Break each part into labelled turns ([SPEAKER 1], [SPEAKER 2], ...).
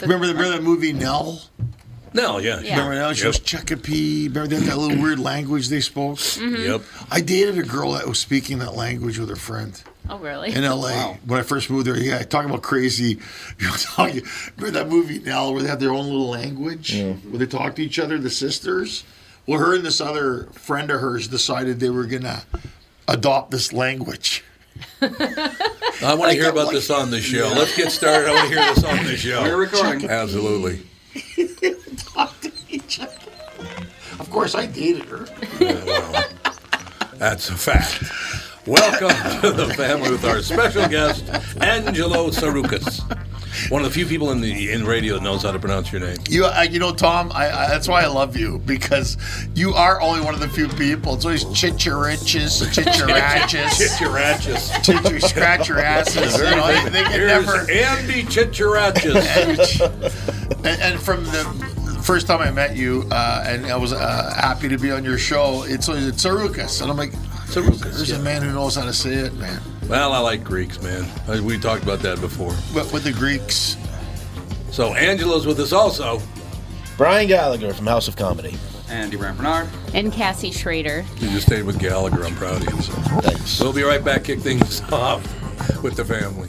[SPEAKER 1] Remember, the, remember that movie Nell?
[SPEAKER 2] No, yeah.
[SPEAKER 3] Yeah.
[SPEAKER 1] Remember Nell? She was
[SPEAKER 2] Yep.
[SPEAKER 1] Chicopee. Remember that, that little weird language they spoke?
[SPEAKER 2] Yep.
[SPEAKER 1] I dated a girl that was speaking that language with her friend.
[SPEAKER 3] Oh, really?
[SPEAKER 1] in LA when I first moved there. Yeah, talking about crazy. You know, talking, remember that movie now where they have their own little language where they talk to each other, the sisters. Well, her and this other friend of hers decided they were gonna adopt this language.
[SPEAKER 2] I want to hear
[SPEAKER 1] got
[SPEAKER 2] about
[SPEAKER 1] like-
[SPEAKER 2] this on the show. Let's get started. I want to hear this on the show.
[SPEAKER 4] We're recording.
[SPEAKER 2] Absolutely.
[SPEAKER 1] Talk to each other. Of course, I dated her.
[SPEAKER 2] That's a fact. Welcome to the family with our special guest, Angelo Sarukas. One of the few people in the in radio that knows how to pronounce your name.
[SPEAKER 1] You, I, you know, Tom. I, I, that's why I love you because you are only one of the few people. It's always chichiriches, chichiraches,
[SPEAKER 2] Chicharachis.
[SPEAKER 1] chichir scratch your asses. You know, they, they can
[SPEAKER 2] Here's
[SPEAKER 1] never.
[SPEAKER 2] Andy Chicharachis.
[SPEAKER 1] and, and from the first time I met you, uh, and I was uh, happy to be on your show, it's it's Sarukas, and I'm like,
[SPEAKER 2] Sarukas,
[SPEAKER 1] there's
[SPEAKER 2] yeah.
[SPEAKER 1] a man who knows how to say it, man.
[SPEAKER 2] Well, I like Greeks, man. Uh, We talked about that before.
[SPEAKER 1] But with the Greeks,
[SPEAKER 2] So Angelo's with us also.
[SPEAKER 5] Brian Gallagher from House of Comedy.
[SPEAKER 4] Andy Brown Bernard.
[SPEAKER 3] and Cassie Schrader.
[SPEAKER 2] You just stayed with Gallagher. I'm proud of you. So.
[SPEAKER 5] Thanks.
[SPEAKER 2] We'll be right back. Kick things off with the family.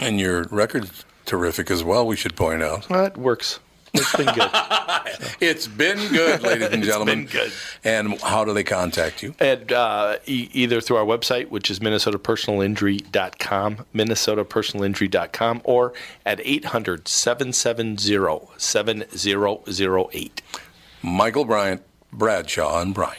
[SPEAKER 2] And your record's terrific as well, we should point out.
[SPEAKER 6] Well, it works. It's been good.
[SPEAKER 2] It's been good, ladies and gentlemen.
[SPEAKER 6] been good.
[SPEAKER 2] And how do they contact you?
[SPEAKER 6] And uh, e- either through our website, which is minnesotapersonalinjury.com, minnesotapersonalinjury.com, or at 800-770-7008.
[SPEAKER 2] Michael Bryant, Bradshaw, and Bryant.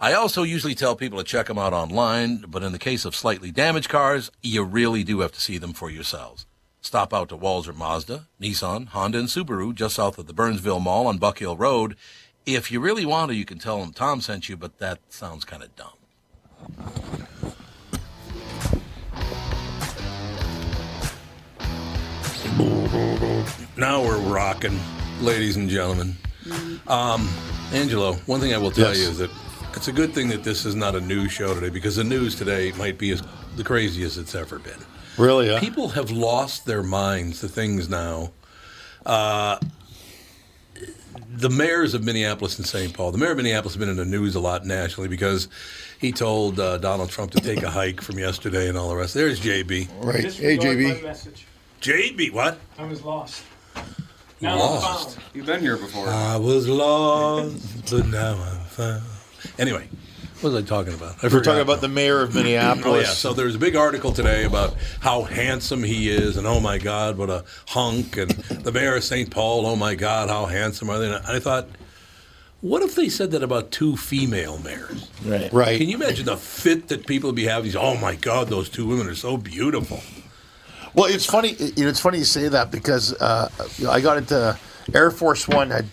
[SPEAKER 2] I also usually tell people to check them out online, but in the case of slightly damaged cars, you really do have to see them for yourselves. Stop out to Walzer Mazda, Nissan, Honda, and Subaru just south of the Burnsville Mall on Buck Hill Road. If you really want to, you can tell them Tom sent you, but that sounds kind of dumb. Now we're rocking, ladies and gentlemen. Angelo, one thing I will tell
[SPEAKER 1] Yes.
[SPEAKER 2] you is that it's a good thing that this is not a news show today because the news today might be as, the craziest it's ever been.
[SPEAKER 1] really, huh?
[SPEAKER 2] People have lost their minds to things now. Uh, the mayors of Minneapolis and St. Paul, the mayor of Minneapolis has been in the news a lot nationally because he told uh, Donald Trump to take a hike from yesterday and all the rest. There's JB.
[SPEAKER 1] right? Hey,
[SPEAKER 7] Disregard my
[SPEAKER 1] JB.
[SPEAKER 7] message.
[SPEAKER 2] JB, what?
[SPEAKER 7] I was lost.
[SPEAKER 2] Lost.
[SPEAKER 7] I'm found.
[SPEAKER 4] You've been here before.
[SPEAKER 1] Uh,
[SPEAKER 2] I was lost, but now I'm found. Anyway, what was I talking about? I
[SPEAKER 1] We're talking about the mayor of
[SPEAKER 2] Oh yeah.
[SPEAKER 1] Minneapolis.
[SPEAKER 2] So there's a big article today about how handsome he is, and oh my God, what a hunk! And the mayor of St. Paul, oh my God, how handsome are they? And I thought, what if they said that about two female mayors?
[SPEAKER 5] Right.
[SPEAKER 1] Right.
[SPEAKER 2] Can you imagine the fit that people would be having? These, Oh my God, those two women are so beautiful.
[SPEAKER 1] Well, it's funny. You know, it's funny you say that because uh, you know, I got into Air Force One had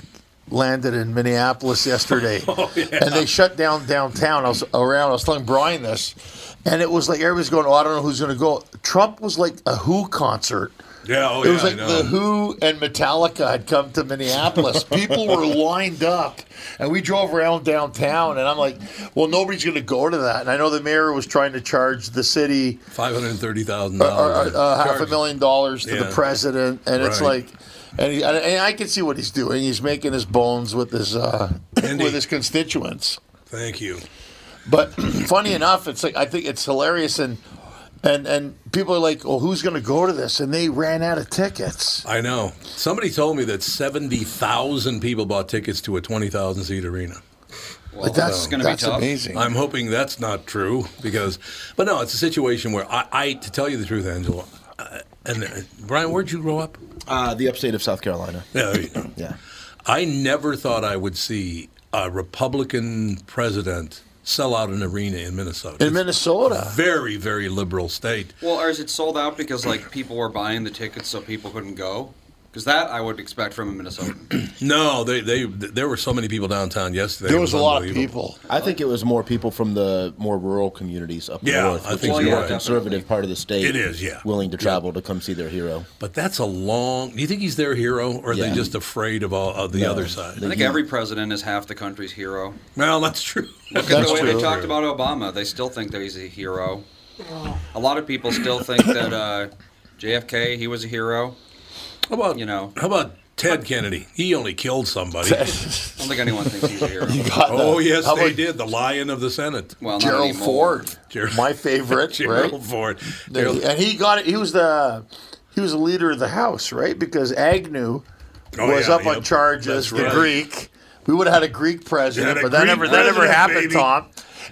[SPEAKER 1] landed in Minneapolis yesterday,
[SPEAKER 2] Oh,
[SPEAKER 1] and they shut down downtown. I was around. I was telling Brian this, and it was like everybody's going, "Oh, I don't know who's going to go." Trump was like a Who concert.
[SPEAKER 2] Yeah, oh,
[SPEAKER 1] it was
[SPEAKER 2] yeah, I
[SPEAKER 1] like
[SPEAKER 2] know.
[SPEAKER 1] the Who and Metallica had come to Minneapolis. People were lined up, and we drove around downtown. And I'm like, well, nobody's going to go to that. And I know the mayor was trying to charge the city
[SPEAKER 2] Five hundred thirty thousand
[SPEAKER 1] uh,
[SPEAKER 2] dollars.
[SPEAKER 1] uh, half a million dollars to
[SPEAKER 2] Yeah.
[SPEAKER 1] the president, and it's
[SPEAKER 2] Right.
[SPEAKER 1] like, and, he, and and I can see what he's doing. He's making his bones with his uh,
[SPEAKER 2] Indeed.
[SPEAKER 1] with his constituents.
[SPEAKER 2] Thank you.
[SPEAKER 1] But funny enough, it's like I think it's hilarious, and and and people are like, "Well, who's going to go to this?" And they ran out of tickets.
[SPEAKER 2] I know. Somebody told me that seventy thousand people bought tickets to a twenty thousand seat arena. Oh,
[SPEAKER 1] Like, that's
[SPEAKER 3] it's gonna be
[SPEAKER 1] that's
[SPEAKER 3] tough.
[SPEAKER 1] amazing.
[SPEAKER 2] I'm hoping that's not true because, but no, it's a situation where I, I to tell you the truth, Angela, uh, and uh, Brian, where'd you grow up?
[SPEAKER 5] Uh, the upstate of South Carolina.
[SPEAKER 2] Yeah, there you go.
[SPEAKER 5] Yeah.
[SPEAKER 2] I never thought I would see a Republican president sell out an arena in Minnesota.
[SPEAKER 1] in Minnesota.
[SPEAKER 2] very, very liberal state.
[SPEAKER 3] Well, or is it sold out because like people were buying the tickets so people couldn't go? Because that I would expect from a Minnesotan.
[SPEAKER 2] No, they, they there were so many people downtown yesterday.
[SPEAKER 1] There
[SPEAKER 2] It
[SPEAKER 1] was a lot of
[SPEAKER 2] unbelievable.
[SPEAKER 1] people.
[SPEAKER 5] I think it was more people from the more rural communities up
[SPEAKER 2] Yeah,
[SPEAKER 5] north,
[SPEAKER 2] I
[SPEAKER 5] which
[SPEAKER 2] think
[SPEAKER 5] is the
[SPEAKER 2] you're
[SPEAKER 5] more
[SPEAKER 2] right.
[SPEAKER 5] conservative part of the state.
[SPEAKER 2] It is, yeah.
[SPEAKER 5] Willing to
[SPEAKER 2] Yeah.
[SPEAKER 5] travel to come see their hero.
[SPEAKER 2] But that's a long. Do you think he's their hero, or are they
[SPEAKER 5] Yeah.
[SPEAKER 2] just afraid of all of the
[SPEAKER 5] No.
[SPEAKER 2] other side?
[SPEAKER 3] I think
[SPEAKER 5] Yeah.
[SPEAKER 3] every president is half the country's hero.
[SPEAKER 2] Well, that's true.
[SPEAKER 3] Look at
[SPEAKER 1] That's
[SPEAKER 3] the way
[SPEAKER 1] true.
[SPEAKER 3] they talked about Obama. They still think that he's a hero. A lot of people still think that uh, JFK he was a hero.
[SPEAKER 2] How about
[SPEAKER 3] You know.
[SPEAKER 2] How about Ted Kennedy? He only killed somebody.
[SPEAKER 3] I don't think anyone thinks he's a hero.
[SPEAKER 1] God,
[SPEAKER 2] oh yes,
[SPEAKER 1] how
[SPEAKER 2] they
[SPEAKER 1] about
[SPEAKER 2] did. The Lion of the Senate,
[SPEAKER 3] Well, not
[SPEAKER 1] Gerald
[SPEAKER 3] anymore.
[SPEAKER 1] Ford,
[SPEAKER 2] Gerald-
[SPEAKER 1] my favorite,
[SPEAKER 2] Gerald
[SPEAKER 1] right?
[SPEAKER 2] Ford.
[SPEAKER 1] And he-
[SPEAKER 2] Gerald-
[SPEAKER 1] and he got it. He was the he was the leader of the House, right? Because Agnew
[SPEAKER 2] Oh,
[SPEAKER 1] was
[SPEAKER 2] yeah,
[SPEAKER 1] up on
[SPEAKER 2] yep.
[SPEAKER 1] charges.
[SPEAKER 2] That's
[SPEAKER 1] The
[SPEAKER 2] right.
[SPEAKER 1] Greek. We would have had a Greek
[SPEAKER 2] Had
[SPEAKER 1] president,
[SPEAKER 2] a
[SPEAKER 1] but that
[SPEAKER 2] Greek
[SPEAKER 1] never that never
[SPEAKER 2] president,
[SPEAKER 1] happened,
[SPEAKER 2] baby.
[SPEAKER 1] Tom.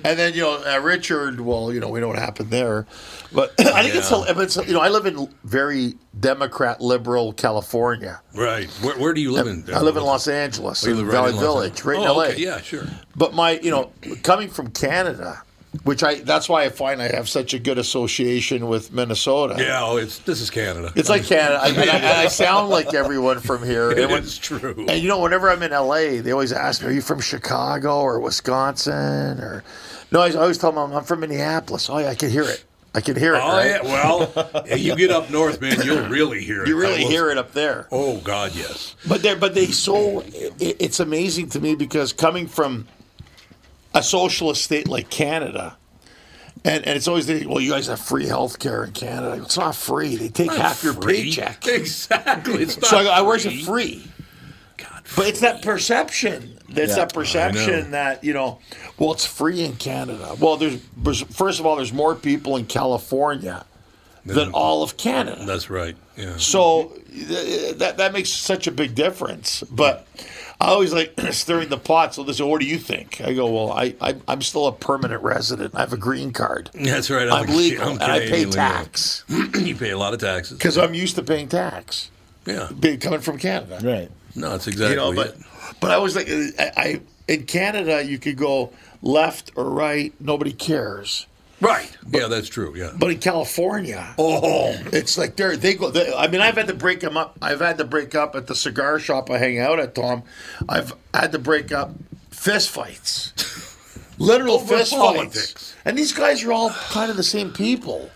[SPEAKER 1] And then you know uh, Richard. Well, you know we know what happened there, but I think it's,
[SPEAKER 2] Yeah.
[SPEAKER 1] hil- it's you know I live in very Democrat liberal California.
[SPEAKER 2] right. Where, where do you live in?
[SPEAKER 1] I live in Los Angeles,
[SPEAKER 2] Oh, You
[SPEAKER 1] in
[SPEAKER 2] live right
[SPEAKER 1] Valley
[SPEAKER 2] in Los
[SPEAKER 1] Village,
[SPEAKER 2] Angeles.
[SPEAKER 1] right in
[SPEAKER 2] Oh,
[SPEAKER 1] LA.
[SPEAKER 2] okay, Yeah, sure.
[SPEAKER 1] But my, you know, coming from Canada, which I that's why I find I have such a good association with Minnesota.
[SPEAKER 2] Yeah, oh, it's this is Canada.
[SPEAKER 1] It's like Canada. I, and I, and I sound like everyone from here. And, when-
[SPEAKER 2] it's true.
[SPEAKER 1] and you know, whenever I'm in LA, they always ask me, "Are you from Chicago or Wisconsin?" Or no, I always tell them I'm from Minneapolis. Oh yeah, I can hear it. I can hear it.
[SPEAKER 2] Oh
[SPEAKER 1] right?
[SPEAKER 2] yeah, well, yeah, you get up north, man, you'll really hear it.
[SPEAKER 1] You
[SPEAKER 2] I
[SPEAKER 1] really
[SPEAKER 2] will-
[SPEAKER 1] hear it up there.
[SPEAKER 2] Oh God, yes.
[SPEAKER 1] But they but they so it, it's amazing to me because coming from a socialist state like Canada, and, and it's always the well, you guys have free health care in Canada. It's not free. They take half your
[SPEAKER 2] Free.
[SPEAKER 1] paycheck.
[SPEAKER 2] Exactly. It's not
[SPEAKER 1] So I, go, I where's
[SPEAKER 2] free.
[SPEAKER 1] it free?
[SPEAKER 2] God,
[SPEAKER 1] But it's that perception. It's
[SPEAKER 5] Yeah.
[SPEAKER 1] that perception that you know. Well, it's free in Canada. Well, there's there's- first of all, there's more people in California than all of Canada.
[SPEAKER 2] That's right. Yeah.
[SPEAKER 1] So th- that that makes such a big difference. But I always like stirring the pot. So they say, "What do you think?" I go, "Well, I, I I'm still a permanent resident. I have a green card.
[SPEAKER 2] That's right.
[SPEAKER 1] I'm
[SPEAKER 2] a-
[SPEAKER 1] legal, and I pay
[SPEAKER 2] Canadian legal.
[SPEAKER 1] tax
[SPEAKER 2] you pay a lot of taxes.
[SPEAKER 1] because I'm used to paying tax,
[SPEAKER 2] Yeah.
[SPEAKER 1] being coming from Canada.
[SPEAKER 5] Right.
[SPEAKER 2] No, that's
[SPEAKER 1] You
[SPEAKER 2] exactly.
[SPEAKER 1] know,
[SPEAKER 2] it.
[SPEAKER 1] but but I was like, I, I in Canada you could go left or right, nobody cares.
[SPEAKER 2] right. yeah, that's true. Yeah.
[SPEAKER 1] But in California, oh, it's like they're they go. They, I mean, I've had to break them up. I've had to break up at the cigar shop I hang out at, Tom. I've had to break up fist fights, literal
[SPEAKER 2] Over
[SPEAKER 1] fist
[SPEAKER 2] politics.
[SPEAKER 1] fights. And these guys are all kind of the same people.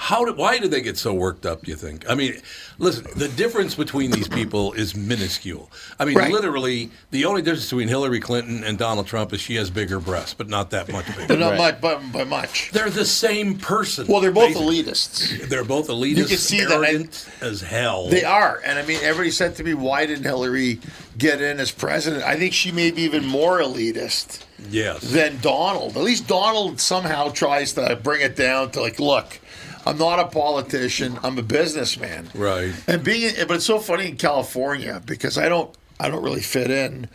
[SPEAKER 2] How do, why do they get so worked up, do you think? I mean, listen, the difference between these people is minuscule. I mean,
[SPEAKER 1] Right.
[SPEAKER 2] literally, the only difference between Hillary Clinton and Donald Trump is she has bigger breasts, but not that much bigger.
[SPEAKER 1] But not much, but by much.
[SPEAKER 2] They're the same person.
[SPEAKER 1] Well, they're both
[SPEAKER 2] basically.
[SPEAKER 1] elitists.
[SPEAKER 2] They're both elitist,
[SPEAKER 1] You can see that,
[SPEAKER 2] arrogant as hell.
[SPEAKER 1] They are, and I mean, everybody said to me, "Why didn't Hillary get in as president?" I think she may be even more elitist.
[SPEAKER 2] Yes.
[SPEAKER 1] than Donald. At least Donald somehow tries to bring it down to like, look, I'm not a politician. I'm a businessman.
[SPEAKER 2] Right.
[SPEAKER 1] And being, but it's so funny in California because I don't, I don't really fit in.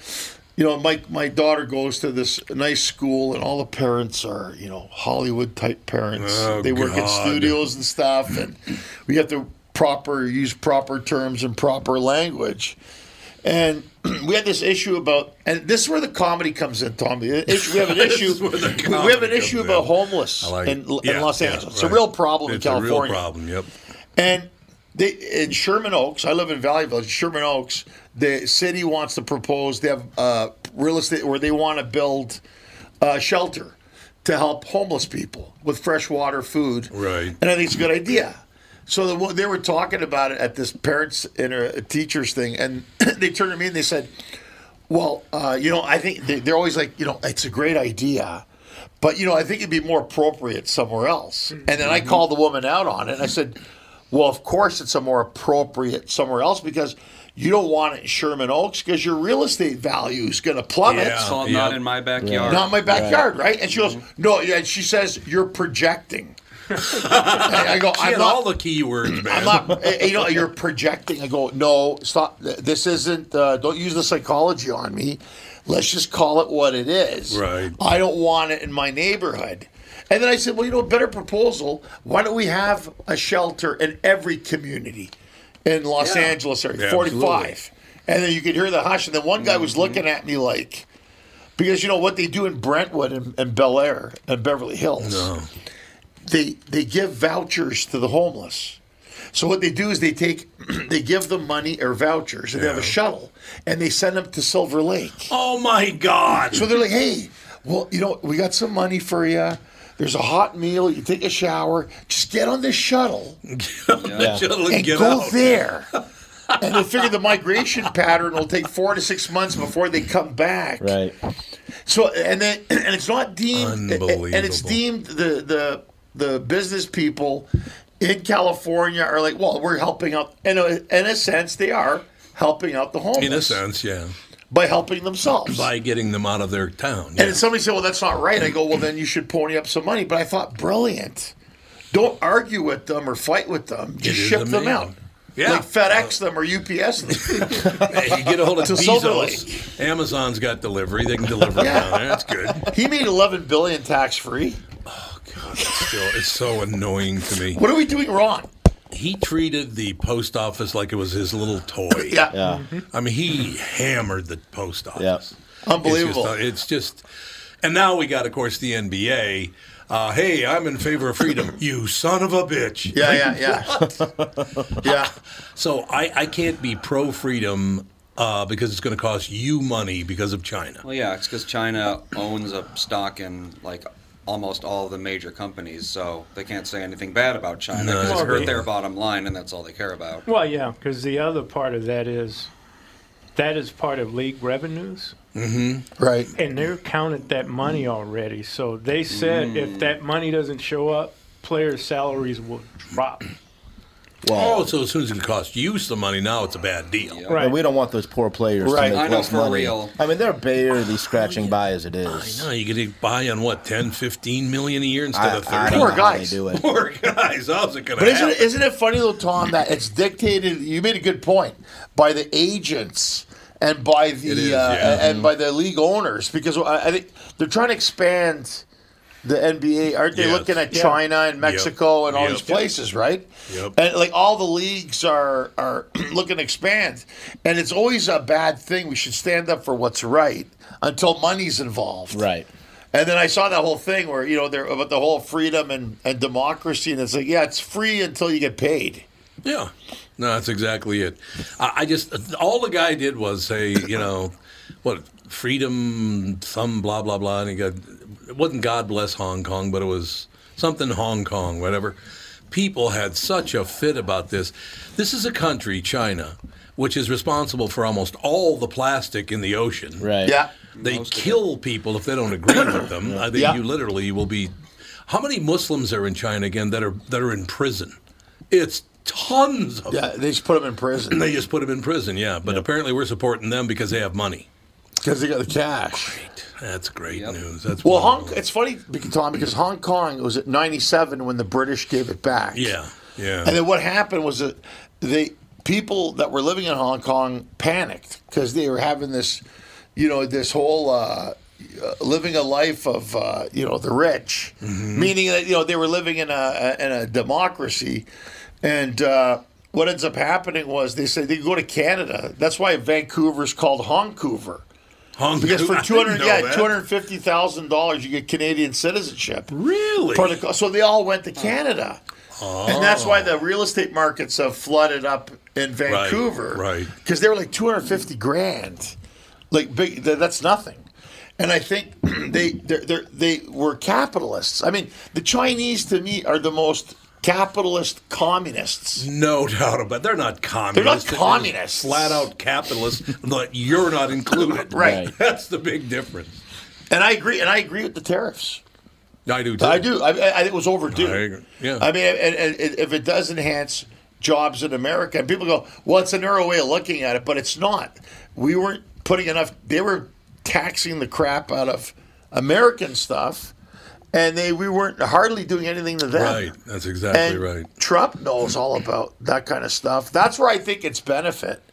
[SPEAKER 1] You know, my my daughter goes to this nice school, and all the parents are, you know, Hollywood type parents.
[SPEAKER 2] Oh,
[SPEAKER 1] they work in
[SPEAKER 2] God.
[SPEAKER 1] studios and stuff, and we have to proper use proper terms and proper language and we had this issue about, and this is where the comedy comes in, Tommy. We have an
[SPEAKER 2] This
[SPEAKER 1] issue.
[SPEAKER 2] is where the
[SPEAKER 1] we- we have an
[SPEAKER 2] comedy
[SPEAKER 1] issue
[SPEAKER 2] comes
[SPEAKER 1] about
[SPEAKER 2] in.
[SPEAKER 1] homeless
[SPEAKER 2] I like
[SPEAKER 1] in,
[SPEAKER 2] it.
[SPEAKER 1] in
[SPEAKER 2] Yeah,
[SPEAKER 1] Los
[SPEAKER 2] yeah,
[SPEAKER 1] Angeles. it's
[SPEAKER 2] right.
[SPEAKER 1] a real problem
[SPEAKER 2] It's
[SPEAKER 1] in
[SPEAKER 2] a real
[SPEAKER 1] California.
[SPEAKER 2] problem, yep.
[SPEAKER 1] And they in Sherman Oaks, I live in Valley Village. Sherman Oaks, the city wants to propose. They have uh, real estate where they want to build uh, shelter to help homeless people with fresh water, food.
[SPEAKER 2] Right.
[SPEAKER 1] And I think it's a good idea. So the, one- they were talking about it at this parents and uh, teachers thing, and they turned to me and they said, "Well, uh, you know, I think they, they're always like, you know, it's a great idea, but you know, I think it'd be more appropriate somewhere else." And then I called the woman out on it. And I said, "Well, of course, it's a more appropriate somewhere else because." You don't want it in Sherman Oaks because your real estate value is going to plummet.
[SPEAKER 2] Yeah.
[SPEAKER 3] It's called
[SPEAKER 2] Yeah.
[SPEAKER 3] not in my backyard.
[SPEAKER 1] Not in my backyard, right? And she goes, no. yeah, And she says, you're projecting. And I go,
[SPEAKER 2] I
[SPEAKER 1] I'm
[SPEAKER 2] had
[SPEAKER 1] not.
[SPEAKER 2] all the keywords, man.
[SPEAKER 1] I'm not. eh, You know, you're projecting. I go, no, stop. This isn't. Uh, don't use the psychology on me. Let's just call it what it is.
[SPEAKER 2] Right.
[SPEAKER 1] I don't want it in my neighborhood. And then I said, well, you know, a better proposal. Why don't we have a shelter in every community in Los
[SPEAKER 3] Yeah.
[SPEAKER 1] Angeles area,
[SPEAKER 2] Yeah,
[SPEAKER 1] 45?
[SPEAKER 2] absolutely. Mm-hmm.
[SPEAKER 1] And then you could hear the hush. And then one guy was looking at me like, because you know what they do in Brentwood and, and Bel Air and Beverly Hills they they give vouchers to the homeless. So what they do is they take they give them money or vouchers and they have a shuttle and they send them to Silver Lake.
[SPEAKER 2] Oh my God!
[SPEAKER 1] So they're like, "Hey, well, you know, we got some money for you. There's a hot meal, you take a shower, just get on this shuttle
[SPEAKER 2] That shuttle
[SPEAKER 1] and
[SPEAKER 2] get
[SPEAKER 1] go
[SPEAKER 2] out.
[SPEAKER 1] there." and they figure the migration pattern will take 4 to 6 months before they come back.
[SPEAKER 5] Right.
[SPEAKER 1] So and then and it's not deemed and it's
[SPEAKER 2] Unbelievable.
[SPEAKER 1] deemed the the the business people in California are like, well, we're helping out. And uh, in a sense, they are helping out the homeless
[SPEAKER 2] In a sense, yeah.
[SPEAKER 1] by helping themselves.
[SPEAKER 2] By getting them out of their town.
[SPEAKER 1] and if somebody said, well, that's not right, I go, well, then you should pony up some money. But I thought, brilliant. Don't argue with them or fight with them. Just
[SPEAKER 2] is
[SPEAKER 1] ship them
[SPEAKER 2] amazing.
[SPEAKER 1] out.
[SPEAKER 2] Yeah.
[SPEAKER 1] Like FedEx them or UPS them.
[SPEAKER 2] Hey, you get a hold of
[SPEAKER 1] To Silver
[SPEAKER 2] Bezos. Amazon's got delivery. They can deliver it down there. That's good.
[SPEAKER 1] he made 11 billion tax free.
[SPEAKER 2] Still, it's so annoying to me.
[SPEAKER 1] What are we doing wrong?
[SPEAKER 2] He treated the post office like it was his little toy.
[SPEAKER 1] Yeah.
[SPEAKER 5] Yeah.
[SPEAKER 2] I mean, he hammered the post office.
[SPEAKER 5] Yeah.
[SPEAKER 1] Unbelievable.
[SPEAKER 2] It's just, it's just- and now we got, of course, the NBA. Uh, hey, I'm in favor of freedom. you son of a bitch.
[SPEAKER 1] Yeah, yeah, yeah. yeah.
[SPEAKER 2] So I, I can't be pro freedom uh, because it's going to cost you money because of China.
[SPEAKER 3] Well, yeah, it's because China owns a stock in like almost all the major companies, so they can't say anything bad about China because
[SPEAKER 2] that's
[SPEAKER 3] it hurt
[SPEAKER 2] right.
[SPEAKER 3] their bottom line, and that's all they care about.
[SPEAKER 4] Well, yeah, because the other part of that is that is part of league revenues,
[SPEAKER 1] Right.
[SPEAKER 4] and they're counted that money already. So they said if that money doesn't show up, players' salaries will drop.
[SPEAKER 5] Well,
[SPEAKER 2] Oh, so as soon as it costs you some money, now it's a bad deal.
[SPEAKER 3] Yeah.
[SPEAKER 4] Right.
[SPEAKER 5] and we don't want those poor players
[SPEAKER 1] Right.
[SPEAKER 5] to make
[SPEAKER 1] I
[SPEAKER 3] know,
[SPEAKER 5] less
[SPEAKER 3] for
[SPEAKER 5] money.
[SPEAKER 3] real.
[SPEAKER 5] I mean, they're barely scratching by as it is.
[SPEAKER 2] No, you could buy on what 10, 15 million a year instead
[SPEAKER 5] I,
[SPEAKER 2] of
[SPEAKER 5] I
[SPEAKER 2] thirty.
[SPEAKER 5] don't
[SPEAKER 1] Poor
[SPEAKER 5] know how they
[SPEAKER 1] guys.
[SPEAKER 5] do it.
[SPEAKER 2] Poor guys, how's it gonna
[SPEAKER 1] But isn't
[SPEAKER 2] happen?
[SPEAKER 1] it, isn't it funny though, Tom, that it's dictated? You made a good point by the agents and by the
[SPEAKER 2] It is,
[SPEAKER 1] uh,
[SPEAKER 2] yeah. Mm-hmm.
[SPEAKER 1] and by the league owners because I, I think they're trying to expand the NBA. Aren't they
[SPEAKER 2] Yes.
[SPEAKER 1] looking at
[SPEAKER 4] Yeah.
[SPEAKER 1] China and Mexico and all
[SPEAKER 2] Yep.
[SPEAKER 1] these places, right?
[SPEAKER 2] Yep.
[SPEAKER 1] And like all the leagues are are looking to expand, and it's always a bad thing. We should stand up for what's right until money's involved,
[SPEAKER 5] Right.
[SPEAKER 1] And then I saw that whole thing where you know they're about the whole freedom and, and democracy, and it's like, yeah, it's free until you get paid.
[SPEAKER 2] Yeah, no, that's exactly it. I, I just all the guy did was say, you know, what freedom, some blah blah blah, and he got it wasn't God bless Hong Kong, but it was something Hong Kong, whatever. People had such a fit about this. This is a country, China, which is responsible for almost all the plastic in the ocean.
[SPEAKER 5] Right.
[SPEAKER 1] Yeah,
[SPEAKER 2] They kill people if they don't agree with them. I think
[SPEAKER 1] Yeah.
[SPEAKER 2] you literally will be. How many Muslims are in China again that are that are in prison? It's tons of.
[SPEAKER 1] yeah, they just put them in prison
[SPEAKER 2] They just put them in prison, yeah. But apparently we're supporting them because they have money.
[SPEAKER 1] because they got the cash.
[SPEAKER 2] That's great
[SPEAKER 3] Yep.
[SPEAKER 2] news. That's
[SPEAKER 1] Well, Hong,
[SPEAKER 2] wonderful.
[SPEAKER 1] it's funny, because, Tom, because Hong Kong was at '97 when the British gave it back.
[SPEAKER 2] Yeah, yeah.
[SPEAKER 1] and then what happened was that they people that were living in Hong Kong panicked because they were having this, you know, this whole. Uh, uh, living a life of uh, you know the rich,
[SPEAKER 2] Mm-hmm.
[SPEAKER 1] meaning that you know they were living in a, a in a democracy, and uh, what ends up happening was they said they go to Canada. That's why Vancouver's called Hongcouver
[SPEAKER 2] Hong
[SPEAKER 1] because
[SPEAKER 2] I
[SPEAKER 1] for
[SPEAKER 2] didn't
[SPEAKER 1] two hundred
[SPEAKER 2] know
[SPEAKER 1] yeah
[SPEAKER 2] that.
[SPEAKER 1] two hundred fifty thousand dollars you get Canadian citizenship.
[SPEAKER 2] Really?
[SPEAKER 1] For the- so they all went to Canada. And that's why the real estate markets have flooded up in Vancouver.
[SPEAKER 2] right.
[SPEAKER 1] Because they were like 250 grand. Like, big, th- that's nothing. And I think they they're, they're, they were capitalists. I mean, the Chinese to me are the most capitalist communists.
[SPEAKER 2] No doubt about it. They're not communists. They're
[SPEAKER 1] communists.
[SPEAKER 2] just Flat out capitalists. but you're not included.
[SPEAKER 1] Right. Right.
[SPEAKER 2] That's the big difference.
[SPEAKER 1] And I agree. And I agree with the tariffs.
[SPEAKER 2] I do too.
[SPEAKER 1] I do. I, I, I think it was overdue.
[SPEAKER 2] I agree. Yeah.
[SPEAKER 1] I mean, and, and, and if it does enhance jobs in America, and people go, "Well, it's a narrow way of looking at it," but it's not. We weren't putting enough. They were taxing the crap out of American stuff, and they we weren't hardly doing anything to them.
[SPEAKER 2] Right. That's exactly
[SPEAKER 1] and
[SPEAKER 2] right.
[SPEAKER 1] Trump knows all about that kind of stuff. That's where I think it's benefit.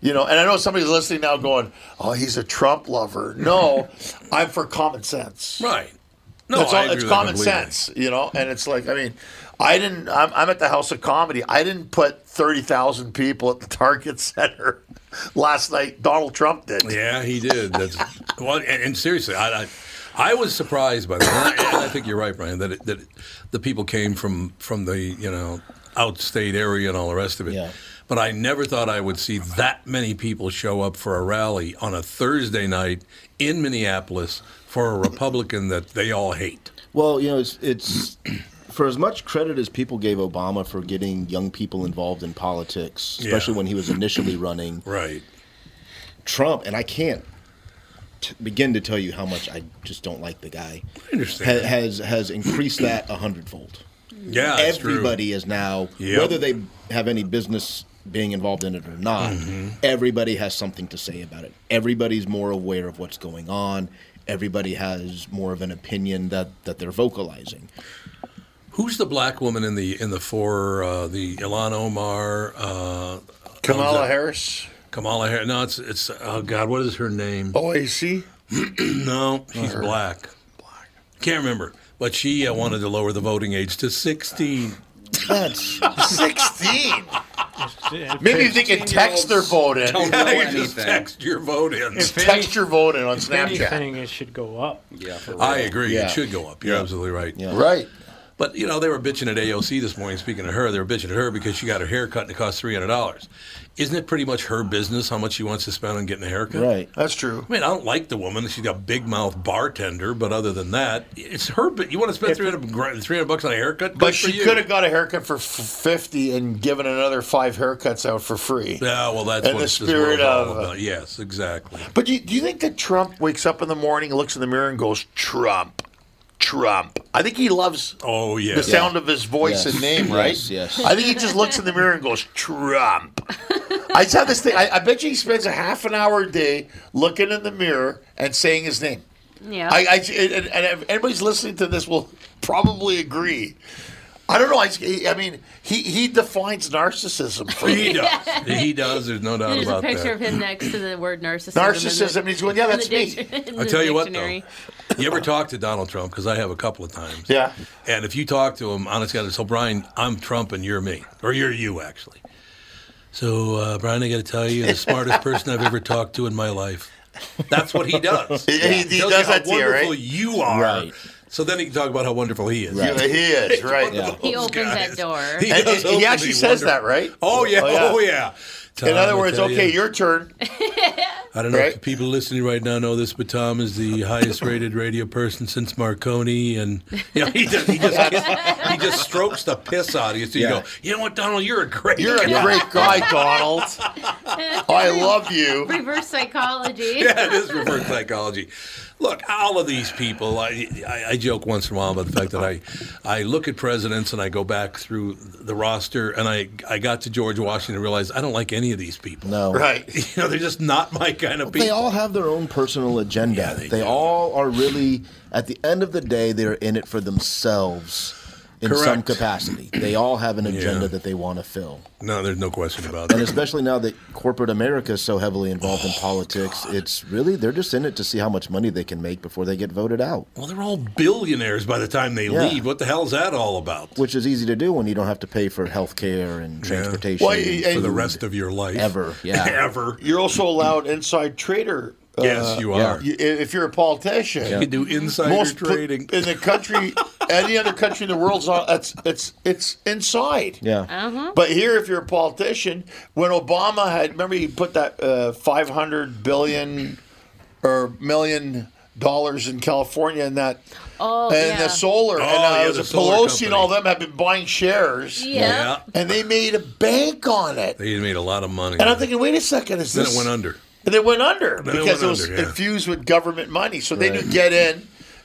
[SPEAKER 1] You know, and I know somebody's listening now going, "Oh, he's a Trump lover." No, I'm for common sense.
[SPEAKER 2] Right. No,
[SPEAKER 1] That's
[SPEAKER 2] I
[SPEAKER 1] all,
[SPEAKER 2] agree
[SPEAKER 1] it's
[SPEAKER 2] with that
[SPEAKER 1] common
[SPEAKER 2] completely.
[SPEAKER 1] sense, you know. And it's like, I mean, I didn't. I'm, I'm at the House of Comedy. I didn't put thirty thousand people at the Target Center last night. Donald Trump did.
[SPEAKER 2] Yeah, he did. That's well, and, and seriously, I, I I was surprised by that. And I, and I think you're right, Brian. That it, that it, the people came from from the you know outstate area and all the rest of it.
[SPEAKER 5] Yeah.
[SPEAKER 2] But I never thought I would see that many people show up for a rally on a Thursday night in Minneapolis for a Republican that they all hate.
[SPEAKER 5] Well, you know, it's, it's for as much credit as people gave Obama for getting young people involved in politics, especially
[SPEAKER 2] Yeah.
[SPEAKER 5] when he was initially running.
[SPEAKER 2] Right.
[SPEAKER 5] Trump, and I can't t- begin to tell you how much I just don't like the guy.
[SPEAKER 2] I understand.
[SPEAKER 5] Ha- has has increased that a hundredfold.
[SPEAKER 2] Yeah, that's true.
[SPEAKER 5] everybody is now,
[SPEAKER 2] Yep.
[SPEAKER 5] whether they have any business being involved in it or not,
[SPEAKER 2] Mm-hmm.
[SPEAKER 5] everybody has something to say about it. Everybody's more aware of what's going on. Everybody has more of an opinion that, that they're vocalizing.
[SPEAKER 2] Who's the black woman in the in the four? Uh, the Ilan Omar. Uh,
[SPEAKER 1] Kamala Harris,
[SPEAKER 2] Kamala Harris. No, it's it's. Oh God, what is her name?
[SPEAKER 5] Oh,
[SPEAKER 1] OAC.
[SPEAKER 2] No, she's black. Black. Can't remember, but she uh, wanted to lower the voting age to 16.
[SPEAKER 5] That's
[SPEAKER 1] Sixteen.
[SPEAKER 4] It
[SPEAKER 1] Maybe
[SPEAKER 4] takes-
[SPEAKER 1] they can text their vote in.
[SPEAKER 3] Don't know
[SPEAKER 2] You just
[SPEAKER 3] anything.
[SPEAKER 2] text your vote in.
[SPEAKER 4] If
[SPEAKER 1] Text your vote in on
[SPEAKER 4] if
[SPEAKER 1] Snapchat.
[SPEAKER 4] anything, it should go up.
[SPEAKER 3] Yeah, for real.
[SPEAKER 2] I agree.
[SPEAKER 5] Yeah.
[SPEAKER 2] It should go up. You're absolutely right.
[SPEAKER 5] Yeah.
[SPEAKER 1] Right.
[SPEAKER 2] But you know, they were bitching at AOC this morning. Speaking to her, they were bitching at her because she got her hair cut and it cost three hundred dollars. Isn't it pretty much her business how much she wants to spend on getting a haircut?
[SPEAKER 5] right.
[SPEAKER 1] That's true.
[SPEAKER 2] I mean, I don't like the woman. She's got big mouth bartender, but other than that, it's her. bu- You want to spend
[SPEAKER 4] If-
[SPEAKER 2] 300, gra- 300 bucks on a haircut? Good
[SPEAKER 1] But
[SPEAKER 2] for
[SPEAKER 1] she
[SPEAKER 2] you.
[SPEAKER 1] could have got a haircut for f- fifty and given another five haircuts out for free.
[SPEAKER 2] Yeah, Ah, well, that's
[SPEAKER 1] In
[SPEAKER 2] what
[SPEAKER 1] the
[SPEAKER 2] this
[SPEAKER 1] spirit
[SPEAKER 2] world's all
[SPEAKER 1] of-
[SPEAKER 2] about. Yes, exactly.
[SPEAKER 1] But do you, do you think that Trump wakes up in the morning, looks in the mirror, and goes, Trump, Trump? I think he loves
[SPEAKER 2] Oh yeah.
[SPEAKER 1] the sound of his voice
[SPEAKER 5] Yes.
[SPEAKER 1] and name, right?
[SPEAKER 5] Yes, yes.
[SPEAKER 1] I think he just looks in the mirror and goes, Trump. I just have this thing. I, I bet you he spends a half an hour a day looking in the mirror and saying his name.
[SPEAKER 8] Yeah.
[SPEAKER 1] I, I and, and if anybody's listening to this will probably agree. I don't know. I, I mean, he, he defines narcissism for me.
[SPEAKER 2] He does. He does. There's no doubt
[SPEAKER 8] There's a
[SPEAKER 2] about
[SPEAKER 8] picture
[SPEAKER 2] that.
[SPEAKER 8] of him next to the word narcissism.
[SPEAKER 1] Narcissism, and he's going, "Yeah, that's me."
[SPEAKER 2] I'll tell you what, though. You ever talk to Donald Trump? Because I have a couple of times.
[SPEAKER 1] Yeah.
[SPEAKER 2] And if you talk to him, honest to God, so Brian, I'm Trump and you're me, or you're you actually. So uh, Brian, I got to tell you, the smartest person I've ever talked to in my life. That's what he does.
[SPEAKER 1] He- he- he
[SPEAKER 2] Tells
[SPEAKER 1] does that
[SPEAKER 2] you how
[SPEAKER 1] to you,
[SPEAKER 2] wonderful
[SPEAKER 1] right?
[SPEAKER 2] you are.
[SPEAKER 5] Right.
[SPEAKER 2] So then he can talk about how wonderful he is.
[SPEAKER 5] Right.
[SPEAKER 1] Yeah, he is, right.
[SPEAKER 5] Yeah.
[SPEAKER 8] He opens that door.
[SPEAKER 2] He,
[SPEAKER 1] And-
[SPEAKER 2] does
[SPEAKER 1] and he
[SPEAKER 2] open
[SPEAKER 1] actually
[SPEAKER 2] the
[SPEAKER 1] says that,
[SPEAKER 2] wonder-
[SPEAKER 1] right?
[SPEAKER 2] Oh yeah,
[SPEAKER 1] Oh, yeah.
[SPEAKER 2] oh yeah.
[SPEAKER 1] In
[SPEAKER 2] Tom, I
[SPEAKER 1] other words,
[SPEAKER 2] tell
[SPEAKER 1] okay,
[SPEAKER 2] you-
[SPEAKER 1] your turn.
[SPEAKER 2] I don't know
[SPEAKER 1] Right?
[SPEAKER 2] if the people listening right now know this, but Tom is the highest rated radio person since Marconi. And you know, he, just, he, just kiss- he just strokes the piss out of you. So you
[SPEAKER 5] Yeah.
[SPEAKER 2] go, you know what, Donald, you're a great
[SPEAKER 1] You're a
[SPEAKER 2] guy."
[SPEAKER 1] great guy, Donald. I love you.
[SPEAKER 8] Reverse psychology.
[SPEAKER 2] Yeah, it is reverse psychology. Look, all of these people, I, I, I joke once in a while about the fact that I, I look at presidents and I go back through the roster and I, I got to George Washington and realized I don't like any of these people.
[SPEAKER 5] No.
[SPEAKER 1] Right.
[SPEAKER 2] You know, they're just not my kind of people.
[SPEAKER 5] They all have their own personal agenda.
[SPEAKER 2] Yeah, they
[SPEAKER 5] they
[SPEAKER 2] do.
[SPEAKER 5] all are really, at the end of the day, they're in it for themselves in some
[SPEAKER 2] Correct.
[SPEAKER 5] capacity. They all have an agenda
[SPEAKER 2] Yeah.
[SPEAKER 5] that they want to fill.
[SPEAKER 2] no, there's no question about
[SPEAKER 5] And
[SPEAKER 2] that.
[SPEAKER 5] especially now that corporate America is so heavily involved in
[SPEAKER 2] Oh,
[SPEAKER 5] politics, it's really, they're just in it to see how much money they can make before they get voted out,
[SPEAKER 2] Well, they're all billionaires by the time they
[SPEAKER 5] Yeah.
[SPEAKER 2] leave. What the hell's that all about?
[SPEAKER 5] which is easy to do when you don't have to pay for health care and transportation.
[SPEAKER 1] Well,
[SPEAKER 7] eh,
[SPEAKER 1] y-
[SPEAKER 2] for
[SPEAKER 1] and
[SPEAKER 2] the rest of your life.
[SPEAKER 5] Ever, yeah. Uh,
[SPEAKER 2] ever.
[SPEAKER 1] you're also allowed inside trader. uh,
[SPEAKER 2] yes, you are.
[SPEAKER 1] y- if you're a politician.
[SPEAKER 2] You can do insider
[SPEAKER 1] Most pl-
[SPEAKER 2] trading.
[SPEAKER 1] in the country, any other country in the world's not, it's it's it's inside.
[SPEAKER 5] yeah.
[SPEAKER 1] But here, if you're a politician, when Obama had, remember he put that uh, 500 billion or million dollars in California and that
[SPEAKER 8] Oh,
[SPEAKER 1] and
[SPEAKER 8] yeah.
[SPEAKER 1] the solar and
[SPEAKER 7] Oh,
[SPEAKER 1] uh,
[SPEAKER 7] yeah,
[SPEAKER 1] the
[SPEAKER 7] the solar
[SPEAKER 1] Pelosi and
[SPEAKER 7] company.
[SPEAKER 1] all them have been buying shares
[SPEAKER 8] Yeah.
[SPEAKER 1] and they made a bank on it.
[SPEAKER 7] They made a lot of money.
[SPEAKER 1] And I'm thinking, wait a second, is
[SPEAKER 7] then
[SPEAKER 1] this
[SPEAKER 7] it went under.
[SPEAKER 1] And it went under
[SPEAKER 7] Then it
[SPEAKER 1] because
[SPEAKER 7] went
[SPEAKER 1] it was
[SPEAKER 7] under, yeah.
[SPEAKER 1] infused with government money, so they knew get in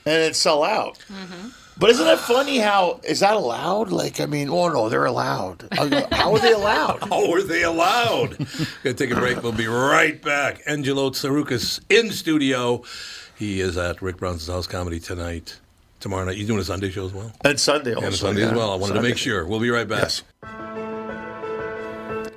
[SPEAKER 1] and then sell out.
[SPEAKER 8] Mm-hmm.
[SPEAKER 1] But isn't that funny? How is that allowed? Like, I mean, oh no, they're allowed. I go, How are they allowed?
[SPEAKER 7] Oh, are they allowed? Gonna take a break. We'll be right back. Angelo Tsaroukas in studio. He is at Rick Brownson's House Comedy tonight. Tomorrow night. You doing a Sunday show as well?
[SPEAKER 1] And Sunday also.
[SPEAKER 7] and a Sunday as
[SPEAKER 1] yeah.
[SPEAKER 7] well. I wanted to make
[SPEAKER 1] Sunday.
[SPEAKER 7] sure. We'll be right back.
[SPEAKER 1] Yes.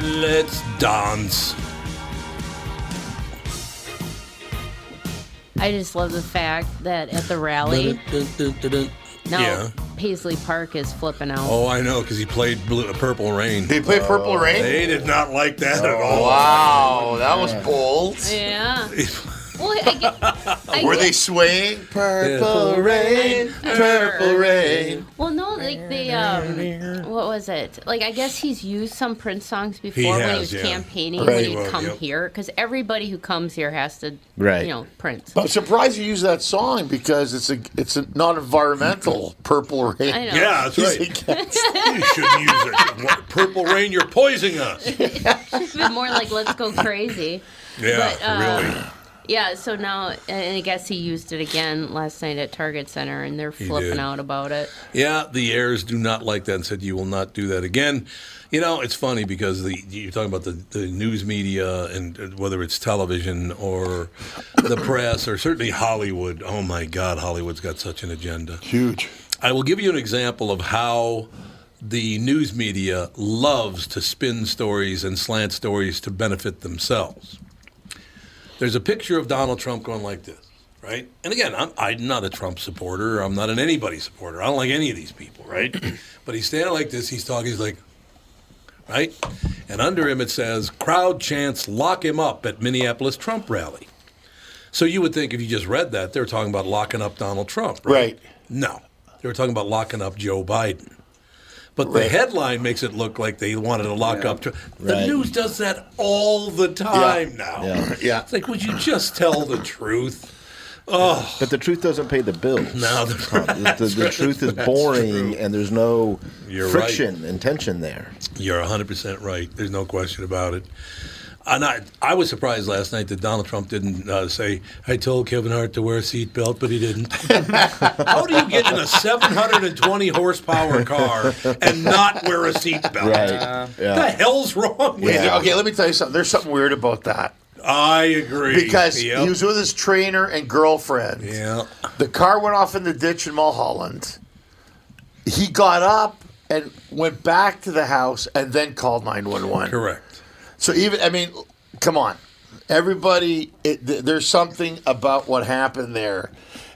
[SPEAKER 7] Let's dance.
[SPEAKER 8] I just love the fact that at the rally, now
[SPEAKER 7] Yeah.
[SPEAKER 8] Paisley Park is flipping out.
[SPEAKER 7] Oh, I know, because he played blue, uh, Purple Rain.
[SPEAKER 1] They play Purple Rain.
[SPEAKER 7] They did not like that at
[SPEAKER 1] Oh,
[SPEAKER 7] all.
[SPEAKER 1] wow, that was bold.
[SPEAKER 8] Yeah. well, I get, I
[SPEAKER 1] Were
[SPEAKER 8] get-
[SPEAKER 1] they swaying? Purple rain, purple rain.
[SPEAKER 8] Well, no, like the um, what was it? Like I guess he's used some Prince songs before when
[SPEAKER 7] has,
[SPEAKER 8] he was
[SPEAKER 7] yeah.
[SPEAKER 8] campaigning
[SPEAKER 1] Right.
[SPEAKER 8] when he'd
[SPEAKER 7] Well,
[SPEAKER 8] come
[SPEAKER 7] yep.
[SPEAKER 8] here because everybody who comes here has to,
[SPEAKER 5] Right.
[SPEAKER 8] you know, Prince.
[SPEAKER 1] I'm surprised you use that song because it's a it's a non-environmental purple rain.
[SPEAKER 8] I know.
[SPEAKER 7] Yeah, that's right. you shouldn't use it. Purple Rain, you're poisoning us.
[SPEAKER 8] It's been more like let's go crazy.
[SPEAKER 7] Yeah,
[SPEAKER 8] But, uh,
[SPEAKER 7] really.
[SPEAKER 8] Yeah. So now, and I guess he used it again last night at Target Center, and they're
[SPEAKER 7] did.
[SPEAKER 8] flipping out about it.
[SPEAKER 7] Yeah, the heirs do not like that and said you will not do that again. You know, it's funny because the, you're talking about the, the news media and uh, whether it's television or the press or certainly Hollywood. Oh my God, Hollywood's got such an agenda.
[SPEAKER 1] Huge.
[SPEAKER 7] I will give you an example of how the news media loves to spin stories and slant stories to benefit themselves. There's a picture of Donald Trump going like this, right? And again, I'm, I'm not a Trump supporter. I'm not an anybody supporter. I don't like any of these people, right? but he's standing like this. He's talking. He's like, right? And under him it says, crowd chants, lock him up at Minneapolis Trump rally. So you would think if you just read that, they're talking about locking up Donald Trump,
[SPEAKER 1] Right.
[SPEAKER 7] no, they were talking about locking up Joe Biden. But the headline makes it look like they wanted to lock up. Trump. The
[SPEAKER 5] Right.
[SPEAKER 7] news does that all the time now.
[SPEAKER 5] Yeah.
[SPEAKER 1] Yeah.
[SPEAKER 7] It's like, would you just tell the truth?
[SPEAKER 5] But the truth doesn't pay the bills.
[SPEAKER 7] No, the-
[SPEAKER 5] Tom. the, the, the truth is boring, and there's no
[SPEAKER 7] You're right.
[SPEAKER 5] friction and tension there.
[SPEAKER 7] You're 100% right. There's no question about it. And I, I was surprised last night that Donald Trump didn't uh, say, I told Kevin Hart to wear a seatbelt, but he didn't. How do you get in a 720 horsepower car and not wear a seatbelt?
[SPEAKER 2] Uh,
[SPEAKER 5] Right.
[SPEAKER 7] The hell's wrong with
[SPEAKER 5] Yeah.
[SPEAKER 7] you?
[SPEAKER 1] Okay, let me tell you something. There's something weird about that.
[SPEAKER 2] I agree.
[SPEAKER 1] Because
[SPEAKER 2] Yep.
[SPEAKER 1] he was with his trainer and girlfriend.
[SPEAKER 2] Yeah.
[SPEAKER 1] The car went off in the ditch in Mulholland. He got up and went back to the house and then called 911.
[SPEAKER 2] Correct.
[SPEAKER 1] So even I mean, come on, everybody. It, th- there's something about what happened there,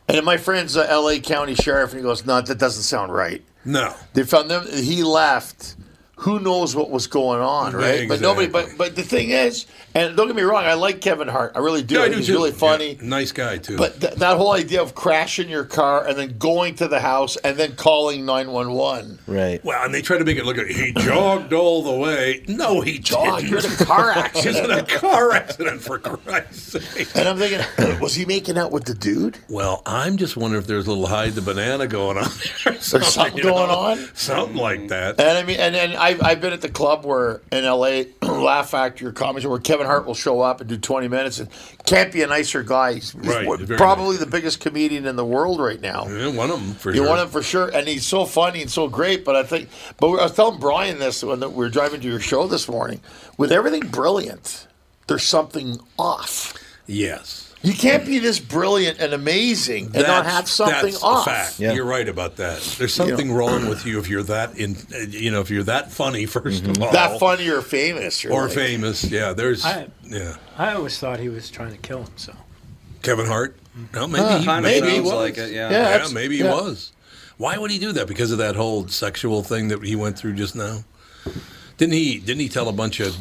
[SPEAKER 1] and my friend's a L.A. County sheriff, and he goes, "No, that doesn't sound right."
[SPEAKER 2] No.
[SPEAKER 1] They found them. He left. Who knows what was going on,
[SPEAKER 2] Yeah,
[SPEAKER 1] right? But nobody.
[SPEAKER 2] exactly.
[SPEAKER 1] But but the thing is, and don't get me wrong, I like Kevin Hart. I really do.
[SPEAKER 2] Yeah,
[SPEAKER 1] I
[SPEAKER 2] I
[SPEAKER 1] think
[SPEAKER 2] do
[SPEAKER 1] He's
[SPEAKER 2] too.
[SPEAKER 1] really funny.
[SPEAKER 2] Yeah, Nice guy too.
[SPEAKER 1] But th- that whole idea of crashing your car and then going to the house and then calling nine one one.
[SPEAKER 5] Right.
[SPEAKER 2] well, and they try to make it look like he jogged all the way. No, he
[SPEAKER 1] God,
[SPEAKER 2] jogged.
[SPEAKER 1] Oh, you're in a car
[SPEAKER 2] He's in
[SPEAKER 1] accident.
[SPEAKER 2] a car accident for Christ's sake.
[SPEAKER 1] and I'm thinking, was he making out with the dude?
[SPEAKER 2] Well, I'm just wondering if there's a little hide the banana going on there. There's
[SPEAKER 1] something going on? Eh.
[SPEAKER 2] Something like that.
[SPEAKER 1] And I mean, and, and I've, I've been at the club where in LA, Laugh Factory or Comedy Store, where Kevin Hart will show up and do 20 minutes and can't be a nicer guy. He's, he's
[SPEAKER 2] Right,
[SPEAKER 1] one-
[SPEAKER 2] very
[SPEAKER 1] probably
[SPEAKER 2] nice.
[SPEAKER 1] the biggest comedian in the world right now.
[SPEAKER 2] Yeah, one of them for
[SPEAKER 1] You
[SPEAKER 2] sure.
[SPEAKER 1] want him for sure, and he's so funny and so great. But I think, but I was telling Brian this when we were driving to your show this morning. With everything brilliant, there's something off.
[SPEAKER 2] yes.
[SPEAKER 1] You can't be this brilliant and amazing and not have something
[SPEAKER 2] that's
[SPEAKER 1] off.
[SPEAKER 2] A fact.
[SPEAKER 5] Yeah.
[SPEAKER 2] You're right about that. There's something wrong with you if you're that in, uh, you know, if you're that funny 1st of all,
[SPEAKER 1] That funny or famous,
[SPEAKER 2] Oh. or
[SPEAKER 1] like-
[SPEAKER 2] famous. Yeah, there's
[SPEAKER 4] I-
[SPEAKER 2] yeah.
[SPEAKER 4] I always thought he was trying to kill himself.
[SPEAKER 2] Kevin Hart. Well, maybe he,
[SPEAKER 3] Kind of
[SPEAKER 1] Maybe he
[SPEAKER 3] sounds
[SPEAKER 1] was.
[SPEAKER 3] like it.
[SPEAKER 1] Yeah.
[SPEAKER 3] Yeah.
[SPEAKER 2] yeah,
[SPEAKER 1] that's-
[SPEAKER 2] maybe he
[SPEAKER 1] yeah.
[SPEAKER 2] was. Why would he do that? Because of that whole sexual thing that he went through just now. Didn't he? Didn't he tell a bunch of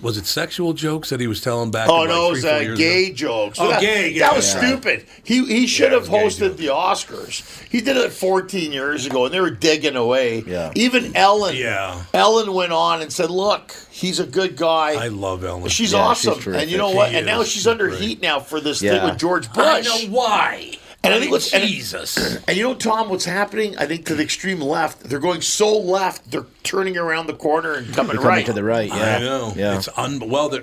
[SPEAKER 2] was it sexual jokes that he was telling back?
[SPEAKER 1] Oh
[SPEAKER 2] in, like,
[SPEAKER 1] no, it was
[SPEAKER 2] three, four
[SPEAKER 1] uh,
[SPEAKER 2] years
[SPEAKER 1] gay
[SPEAKER 2] ago?
[SPEAKER 1] jokes.
[SPEAKER 2] Oh,
[SPEAKER 1] that,
[SPEAKER 2] gay, yeah,
[SPEAKER 1] That was
[SPEAKER 2] yeah.
[SPEAKER 1] stupid. He he should
[SPEAKER 2] Yeah, it
[SPEAKER 1] have
[SPEAKER 2] was gay
[SPEAKER 1] hosted the Oscars. He did it 14 years ago, and they were digging away.
[SPEAKER 5] Yeah.
[SPEAKER 1] Even Ellen.
[SPEAKER 2] Yeah.
[SPEAKER 1] Ellen went on and said, "Look, he's a good guy.
[SPEAKER 2] I love Ellen.
[SPEAKER 1] she's
[SPEAKER 5] Yeah,
[SPEAKER 1] awesome."
[SPEAKER 5] she's
[SPEAKER 1] and you
[SPEAKER 5] terrific.
[SPEAKER 1] know what?
[SPEAKER 2] She
[SPEAKER 1] and now
[SPEAKER 2] is.
[SPEAKER 1] she's
[SPEAKER 2] She's
[SPEAKER 1] under
[SPEAKER 2] great.
[SPEAKER 1] heat now for this
[SPEAKER 5] Yeah.
[SPEAKER 1] thing with George
[SPEAKER 2] I
[SPEAKER 1] Bush.
[SPEAKER 2] know why.
[SPEAKER 1] And I think what's- and-
[SPEAKER 2] Jesus.
[SPEAKER 1] And you know, Tom, what's happening? I think to the extreme left, they're going so left, they're turning around the corner and coming,
[SPEAKER 5] Coming
[SPEAKER 1] right.
[SPEAKER 5] to the right. Yeah.
[SPEAKER 2] I know.
[SPEAKER 5] Yeah.
[SPEAKER 2] It's un- well, there-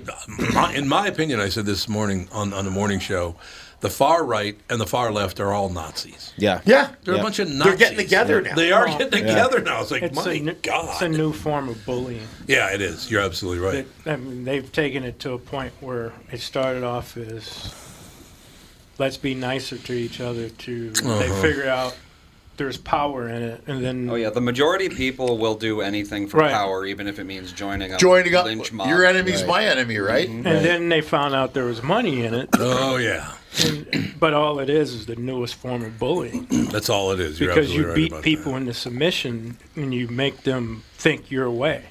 [SPEAKER 2] my, in my opinion, I said this morning on, on the morning show, the far right and the far left are all Nazis.
[SPEAKER 5] yeah.
[SPEAKER 1] Yeah.
[SPEAKER 2] They're
[SPEAKER 5] Yeah.
[SPEAKER 2] a bunch of Nazis.
[SPEAKER 1] They're getting together now.
[SPEAKER 2] They are
[SPEAKER 4] Well,
[SPEAKER 2] getting together now. It's like,
[SPEAKER 4] It's
[SPEAKER 2] my
[SPEAKER 4] a, new-
[SPEAKER 2] God.
[SPEAKER 4] it's a new form of bullying.
[SPEAKER 2] yeah, it is. You're absolutely right.
[SPEAKER 4] That, I mean, they've taken it to a point where it started off as let's be nicer to each other. To they
[SPEAKER 2] Uh-huh.
[SPEAKER 4] figure out there's power in it, and then
[SPEAKER 3] Oh yeah, the majority of people will do anything for
[SPEAKER 4] Right.
[SPEAKER 3] power, even if it means joining up.
[SPEAKER 1] Joining up,
[SPEAKER 3] lynch mob.
[SPEAKER 1] your enemy's my enemy, right?
[SPEAKER 4] and then they found out there was money in it.
[SPEAKER 2] oh, yeah.
[SPEAKER 4] and, but all it is is the newest form of bullying
[SPEAKER 2] That's all it is. You're
[SPEAKER 4] because
[SPEAKER 2] absolutely
[SPEAKER 4] you
[SPEAKER 2] right
[SPEAKER 4] beat
[SPEAKER 2] about
[SPEAKER 4] people
[SPEAKER 2] that.
[SPEAKER 4] into submission and you make them think your way.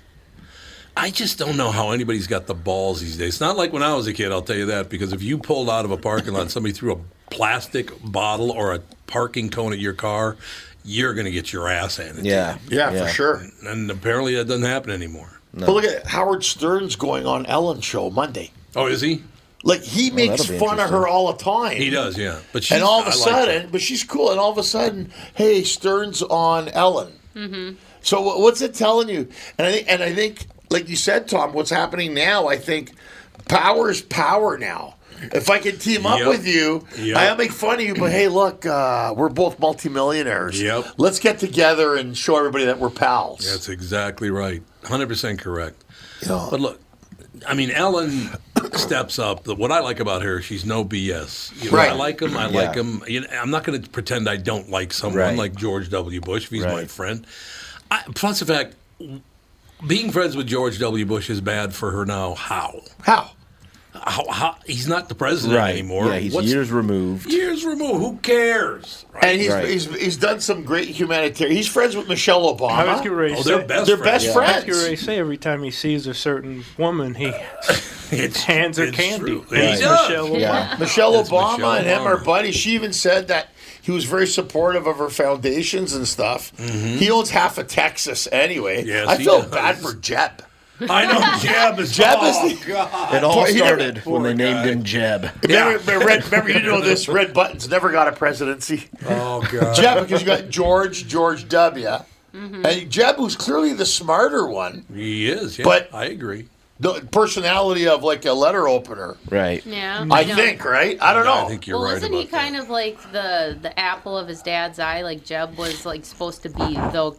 [SPEAKER 2] I just don't know how anybody's got the balls these days. It's not like when I was a kid, I'll tell you that, because if you pulled out of a parking lot and somebody threw a plastic bottle or a parking cone at your car, you're going to get your ass handed. to
[SPEAKER 5] Yeah.
[SPEAKER 1] Yeah, for sure.
[SPEAKER 2] you. And apparently that doesn't happen anymore.
[SPEAKER 1] But look at Howard Stern's going on Ellen show Monday.
[SPEAKER 2] Oh, is he?
[SPEAKER 1] Like he makes
[SPEAKER 5] that'll be
[SPEAKER 1] fun of her all the time.
[SPEAKER 2] He does, yeah. But she's,
[SPEAKER 1] And all of a
[SPEAKER 2] I like
[SPEAKER 1] sudden, but she's cool. And all of a sudden, hey, Stern's on Ellen. So wh- what's it telling you? And I think, and I think, like you said, Tom, what's happening now? I think power is power now. If I can team up
[SPEAKER 2] Yep.
[SPEAKER 1] with you,
[SPEAKER 2] Yep.
[SPEAKER 1] I'll make fun of you. But hey, look, uh, we're both multimillionaires.
[SPEAKER 2] Yep.
[SPEAKER 1] Let's get together and show everybody that we're pals.
[SPEAKER 2] That's exactly right. 100% correct.
[SPEAKER 1] Yeah.
[SPEAKER 2] But look, I mean, Ellen steps up. What I like about her, she's no BS. You know, I
[SPEAKER 1] Right.
[SPEAKER 2] like him. I
[SPEAKER 5] Yeah.
[SPEAKER 2] like him. You know, I'm not going to pretend I don't like someone
[SPEAKER 5] Right.
[SPEAKER 2] like George W. Bush if he's my
[SPEAKER 5] Right.
[SPEAKER 2] friend. I, plus the fact, being friends with George W. Bush is bad for her now. How?
[SPEAKER 1] How?
[SPEAKER 2] How? how he's not the president
[SPEAKER 5] Right.
[SPEAKER 2] anymore.
[SPEAKER 5] Yeah. He's
[SPEAKER 2] What's-
[SPEAKER 5] years removed.
[SPEAKER 2] years removed. Who cares? Right?
[SPEAKER 1] And he's,
[SPEAKER 5] Right.
[SPEAKER 1] he's, he's done some great humanitarian. He's friends with Michelle Obama.
[SPEAKER 4] I was getting ready to
[SPEAKER 2] Oh,
[SPEAKER 4] say,
[SPEAKER 2] they're best
[SPEAKER 1] They're
[SPEAKER 2] friends.
[SPEAKER 1] best
[SPEAKER 4] I was
[SPEAKER 1] friends.
[SPEAKER 4] getting ready to say every time he sees a certain woman, he
[SPEAKER 2] It's,
[SPEAKER 4] hands her
[SPEAKER 2] it's
[SPEAKER 4] candy.
[SPEAKER 2] true.
[SPEAKER 4] And
[SPEAKER 2] He
[SPEAKER 4] it's
[SPEAKER 2] does.
[SPEAKER 4] Michelle Obama.
[SPEAKER 5] Yeah.
[SPEAKER 1] Michelle
[SPEAKER 2] That's
[SPEAKER 1] Obama
[SPEAKER 2] Michelle
[SPEAKER 1] and him are
[SPEAKER 2] Obama.
[SPEAKER 1] buddies. She even said that he was very supportive of her foundations and stuff. He owns half of Texas anyway.
[SPEAKER 2] Mm-hmm. Yes,
[SPEAKER 1] I
[SPEAKER 2] he
[SPEAKER 1] feel
[SPEAKER 2] does.
[SPEAKER 1] bad for Jeb.
[SPEAKER 2] I know Jeb is.
[SPEAKER 1] Jeb is
[SPEAKER 2] oh,
[SPEAKER 1] the-
[SPEAKER 2] God.
[SPEAKER 5] It all
[SPEAKER 1] Poor- he never-
[SPEAKER 5] started when they named him Jeb.
[SPEAKER 1] Remember, remember, Red- remember, you know this. Red Buttons never got a presidency.
[SPEAKER 2] Oh God.
[SPEAKER 1] Jeb, because you got George, George W. And Jeb, who's clearly the smarter one,
[SPEAKER 2] He is. Yeah,
[SPEAKER 1] But-
[SPEAKER 2] I agree.
[SPEAKER 1] the personality of like a letter opener.
[SPEAKER 5] Right.
[SPEAKER 8] Yeah,
[SPEAKER 1] I
[SPEAKER 8] know.
[SPEAKER 1] think, right? I don't know.
[SPEAKER 2] I think you're
[SPEAKER 8] well,
[SPEAKER 2] right
[SPEAKER 8] wasn't
[SPEAKER 2] about
[SPEAKER 8] he kind of like the the apple of his dad's eye? Like Jeb was like supposed to be the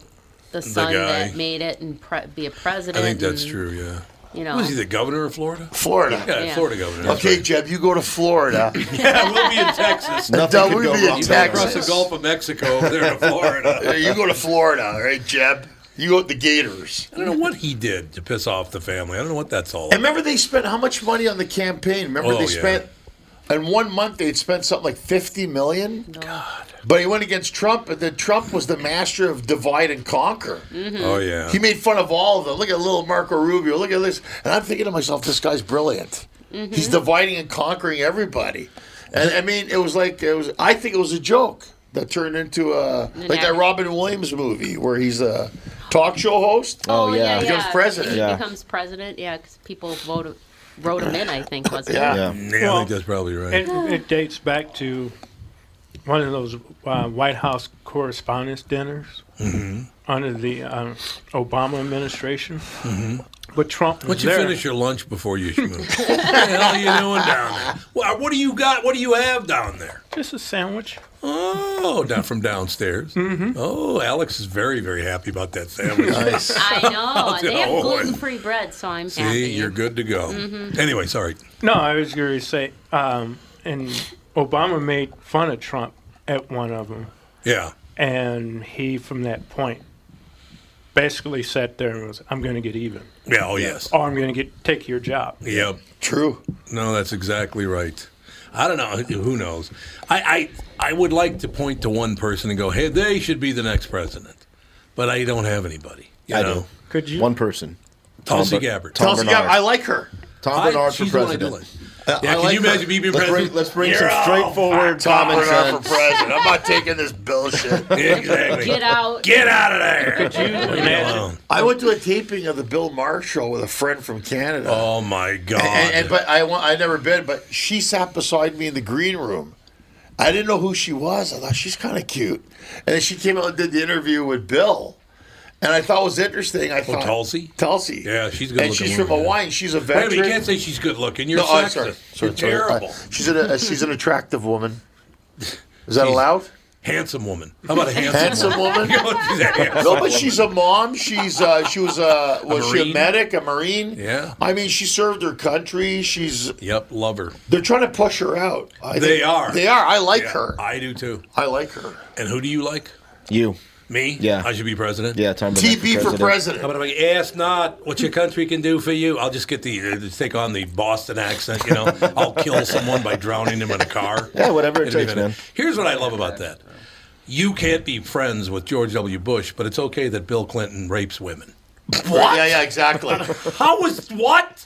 [SPEAKER 8] the son
[SPEAKER 2] guy.
[SPEAKER 8] that made it and pre- be a president.
[SPEAKER 2] I think that's
[SPEAKER 8] and-
[SPEAKER 2] true. Yeah.
[SPEAKER 8] You know,
[SPEAKER 2] Was he the governor of Florida?
[SPEAKER 1] Florida.
[SPEAKER 2] Yeah,
[SPEAKER 8] Yeah.
[SPEAKER 2] Florida governor. that's
[SPEAKER 1] Okay,
[SPEAKER 2] right.
[SPEAKER 1] Jeb, you go to Florida.
[SPEAKER 2] yeah, we'll be in Texas.
[SPEAKER 1] Nothing
[SPEAKER 5] could go
[SPEAKER 1] be
[SPEAKER 5] wrong
[SPEAKER 1] in
[SPEAKER 5] with
[SPEAKER 2] Even across the
[SPEAKER 1] Texas.
[SPEAKER 2] Gulf of Mexico over there in
[SPEAKER 1] Yeah,
[SPEAKER 2] Florida.
[SPEAKER 1] you go to Florida, all right, Jeb? You go with the Gators.
[SPEAKER 2] I don't know what he did to piss off the family. I don't know what that's all.
[SPEAKER 1] And
[SPEAKER 2] About.
[SPEAKER 1] remember, they spent how much money on the campaign? Remember,
[SPEAKER 2] Oh,
[SPEAKER 1] they
[SPEAKER 2] yeah.
[SPEAKER 1] spent in one month they'd spent something like fifty million. God! But he went against Trump, and then Trump was the master of divide and conquer.
[SPEAKER 8] Mm-hmm.
[SPEAKER 2] Oh yeah.
[SPEAKER 1] He made fun of all of them. Look at little Marco Rubio. Look at this, and I'm thinking to myself, this guy's brilliant. He's dividing and conquering everybody. And I mean, it was like it was. I think it was a joke that turned into a like that
[SPEAKER 8] act.
[SPEAKER 1] Robin Williams movie where he's a talk show host.
[SPEAKER 5] Oh, yeah.
[SPEAKER 1] Becomes president.
[SPEAKER 8] He
[SPEAKER 5] Yeah.
[SPEAKER 8] becomes president. Yeah, because people vote, wrote him in. I think wasn't
[SPEAKER 1] Yeah.
[SPEAKER 8] it?
[SPEAKER 5] Yeah.
[SPEAKER 2] yeah, I think that's probably right.
[SPEAKER 4] It, it dates back to one of those uh, White House correspondence dinners
[SPEAKER 2] Mm-hmm.
[SPEAKER 4] under the um, Obama administration. But
[SPEAKER 2] Why don't
[SPEAKER 4] Trump was
[SPEAKER 2] Mm-hmm. you
[SPEAKER 4] there.
[SPEAKER 2] finish your lunch before you schmoo? what the hell are you doing down there? Wha- What do you got? What do you have down there?
[SPEAKER 4] Just a sandwich.
[SPEAKER 2] Oh, down from downstairs. Oh, Alex is very, very happy about that sandwich. nice.
[SPEAKER 8] I know. they
[SPEAKER 2] Oh,
[SPEAKER 8] have gluten free bread, so I'm happy.
[SPEAKER 2] See, you're good to go.
[SPEAKER 5] Mm-hmm.
[SPEAKER 2] Anyway, sorry.
[SPEAKER 4] No, I was going to say, um, and Obama made fun of Trump at one of them,
[SPEAKER 2] Yeah.
[SPEAKER 4] and he, from that point, basically sat there and was, "I'm going to get even,
[SPEAKER 2] Yeah. Oh, yes.
[SPEAKER 4] or I'm going to get take your job."
[SPEAKER 2] Yep.
[SPEAKER 1] True.
[SPEAKER 2] No, that's exactly right. I don't know. Who knows? I, I I would like to point to one person and go, "Hey, they should be the next president," but I don't have anybody. You
[SPEAKER 5] I do.
[SPEAKER 2] know,
[SPEAKER 4] Could you?
[SPEAKER 5] One person.
[SPEAKER 2] Tulsi
[SPEAKER 5] Tom-
[SPEAKER 2] Gabbard.
[SPEAKER 5] Tom
[SPEAKER 1] Tulsi Gabbard.
[SPEAKER 5] Bernard.
[SPEAKER 1] I like her.
[SPEAKER 5] Tom
[SPEAKER 2] I-
[SPEAKER 5] Bernard for
[SPEAKER 2] she's the one I do
[SPEAKER 5] president. Uh,
[SPEAKER 2] like. Yeah,
[SPEAKER 1] I
[SPEAKER 2] can
[SPEAKER 1] like
[SPEAKER 2] you
[SPEAKER 1] her.
[SPEAKER 2] imagine me being
[SPEAKER 5] Let's
[SPEAKER 2] president?
[SPEAKER 5] bring, let's bring
[SPEAKER 2] You're
[SPEAKER 5] some
[SPEAKER 2] all
[SPEAKER 5] straightforward
[SPEAKER 1] Tom
[SPEAKER 5] common
[SPEAKER 1] Bernard for
[SPEAKER 5] sense.
[SPEAKER 1] president. I'm not taking this bullshit.
[SPEAKER 2] Exactly.
[SPEAKER 8] Get out.
[SPEAKER 2] Get out of there. Leave me
[SPEAKER 4] imagine-
[SPEAKER 2] alone.
[SPEAKER 1] I went to a taping of the Bill Maher show with a friend from Canada.
[SPEAKER 2] Oh my God.
[SPEAKER 1] and, and but I want I never been, but she sat beside me in the green room. I didn't know who she was. I thought she's kind of cute, and then she came out and did the interview with Bill, and I thought it was interesting. I thought
[SPEAKER 2] Oh, Tulsi?
[SPEAKER 1] Tulsi,
[SPEAKER 2] Yeah, she's a
[SPEAKER 1] and
[SPEAKER 2] good-looking
[SPEAKER 1] she's
[SPEAKER 2] woman,
[SPEAKER 1] from
[SPEAKER 2] yeah.
[SPEAKER 1] Hawaii. She's a
[SPEAKER 2] Wait a
[SPEAKER 1] veteran.
[SPEAKER 2] minute, you can't say she's good looking. You're
[SPEAKER 1] no,
[SPEAKER 2] sexist.
[SPEAKER 1] oh, sorry, sorry,
[SPEAKER 2] You're
[SPEAKER 1] sorry.
[SPEAKER 2] terrible.
[SPEAKER 1] Uh, she's an uh, she's an attractive woman. Is that allowed?
[SPEAKER 2] handsome woman. How about a handsome,
[SPEAKER 1] Handsome woman.
[SPEAKER 2] woman? She's a handsome
[SPEAKER 1] No, but she's a mom. She's uh, she was uh, was she
[SPEAKER 2] Marine?
[SPEAKER 1] a medic, a marine?
[SPEAKER 2] Yeah.
[SPEAKER 1] I mean, she served her country. She's
[SPEAKER 2] Yep, love her.
[SPEAKER 1] They're trying to push her out. I
[SPEAKER 2] They are.
[SPEAKER 1] They are. I like
[SPEAKER 2] Yeah,
[SPEAKER 1] her. I,
[SPEAKER 2] I do too.
[SPEAKER 1] like her.
[SPEAKER 2] And who do you like?
[SPEAKER 5] You.
[SPEAKER 2] Me?
[SPEAKER 5] Yeah.
[SPEAKER 2] I should be president.
[SPEAKER 5] Yeah, Tom Bernard
[SPEAKER 1] TB for
[SPEAKER 2] How
[SPEAKER 1] president.
[SPEAKER 2] about if I ask not what your country can do for you? I'll just get the uh, just take on the Boston accent, you know. I'll kill someone by drowning him in a car.
[SPEAKER 5] Yeah, whatever it
[SPEAKER 2] It'll be
[SPEAKER 5] takes,
[SPEAKER 2] better.
[SPEAKER 5] man.
[SPEAKER 2] Here's what I love about that: you can't be friends with George W. Bush, but it's okay that Bill Clinton rapes women.
[SPEAKER 1] What? Yeah, yeah, exactly.
[SPEAKER 2] How was what?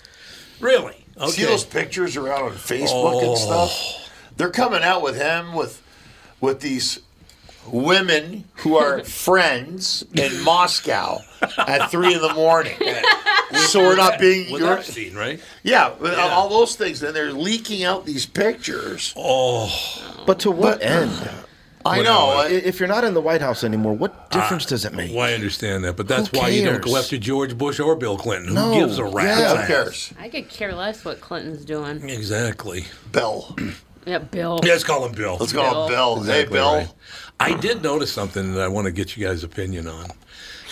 [SPEAKER 2] Really? Okay.
[SPEAKER 1] See those pictures around on Facebook
[SPEAKER 2] Oh.
[SPEAKER 1] and stuff? They're coming out with him with with these women who are friends in Moscow at three in the morning. so we're not being
[SPEAKER 2] with
[SPEAKER 1] you're-
[SPEAKER 2] Epstein, right?
[SPEAKER 1] yeah, with all those things. Then they're leaking out these pictures.
[SPEAKER 2] Oh,
[SPEAKER 5] But to what end?
[SPEAKER 1] I know.
[SPEAKER 5] I- If you're not in the White House anymore, what difference does it make?
[SPEAKER 2] Well, I understand that, but that's
[SPEAKER 5] Who
[SPEAKER 2] why you don't
[SPEAKER 5] cares?
[SPEAKER 2] go after George Bush or Bill Clinton. Who
[SPEAKER 5] No.
[SPEAKER 2] gives a rat's
[SPEAKER 1] yeah,
[SPEAKER 2] ass?
[SPEAKER 1] who cares?
[SPEAKER 8] I could care less what Clinton's doing.
[SPEAKER 2] Exactly.
[SPEAKER 1] Bill.
[SPEAKER 8] Yeah, Bill.
[SPEAKER 2] Yeah, let's call him Bill.
[SPEAKER 1] Let's call him Bill. hey,
[SPEAKER 2] Exactly
[SPEAKER 1] Bill.
[SPEAKER 2] right. I did notice something that I want to get you guys' opinion on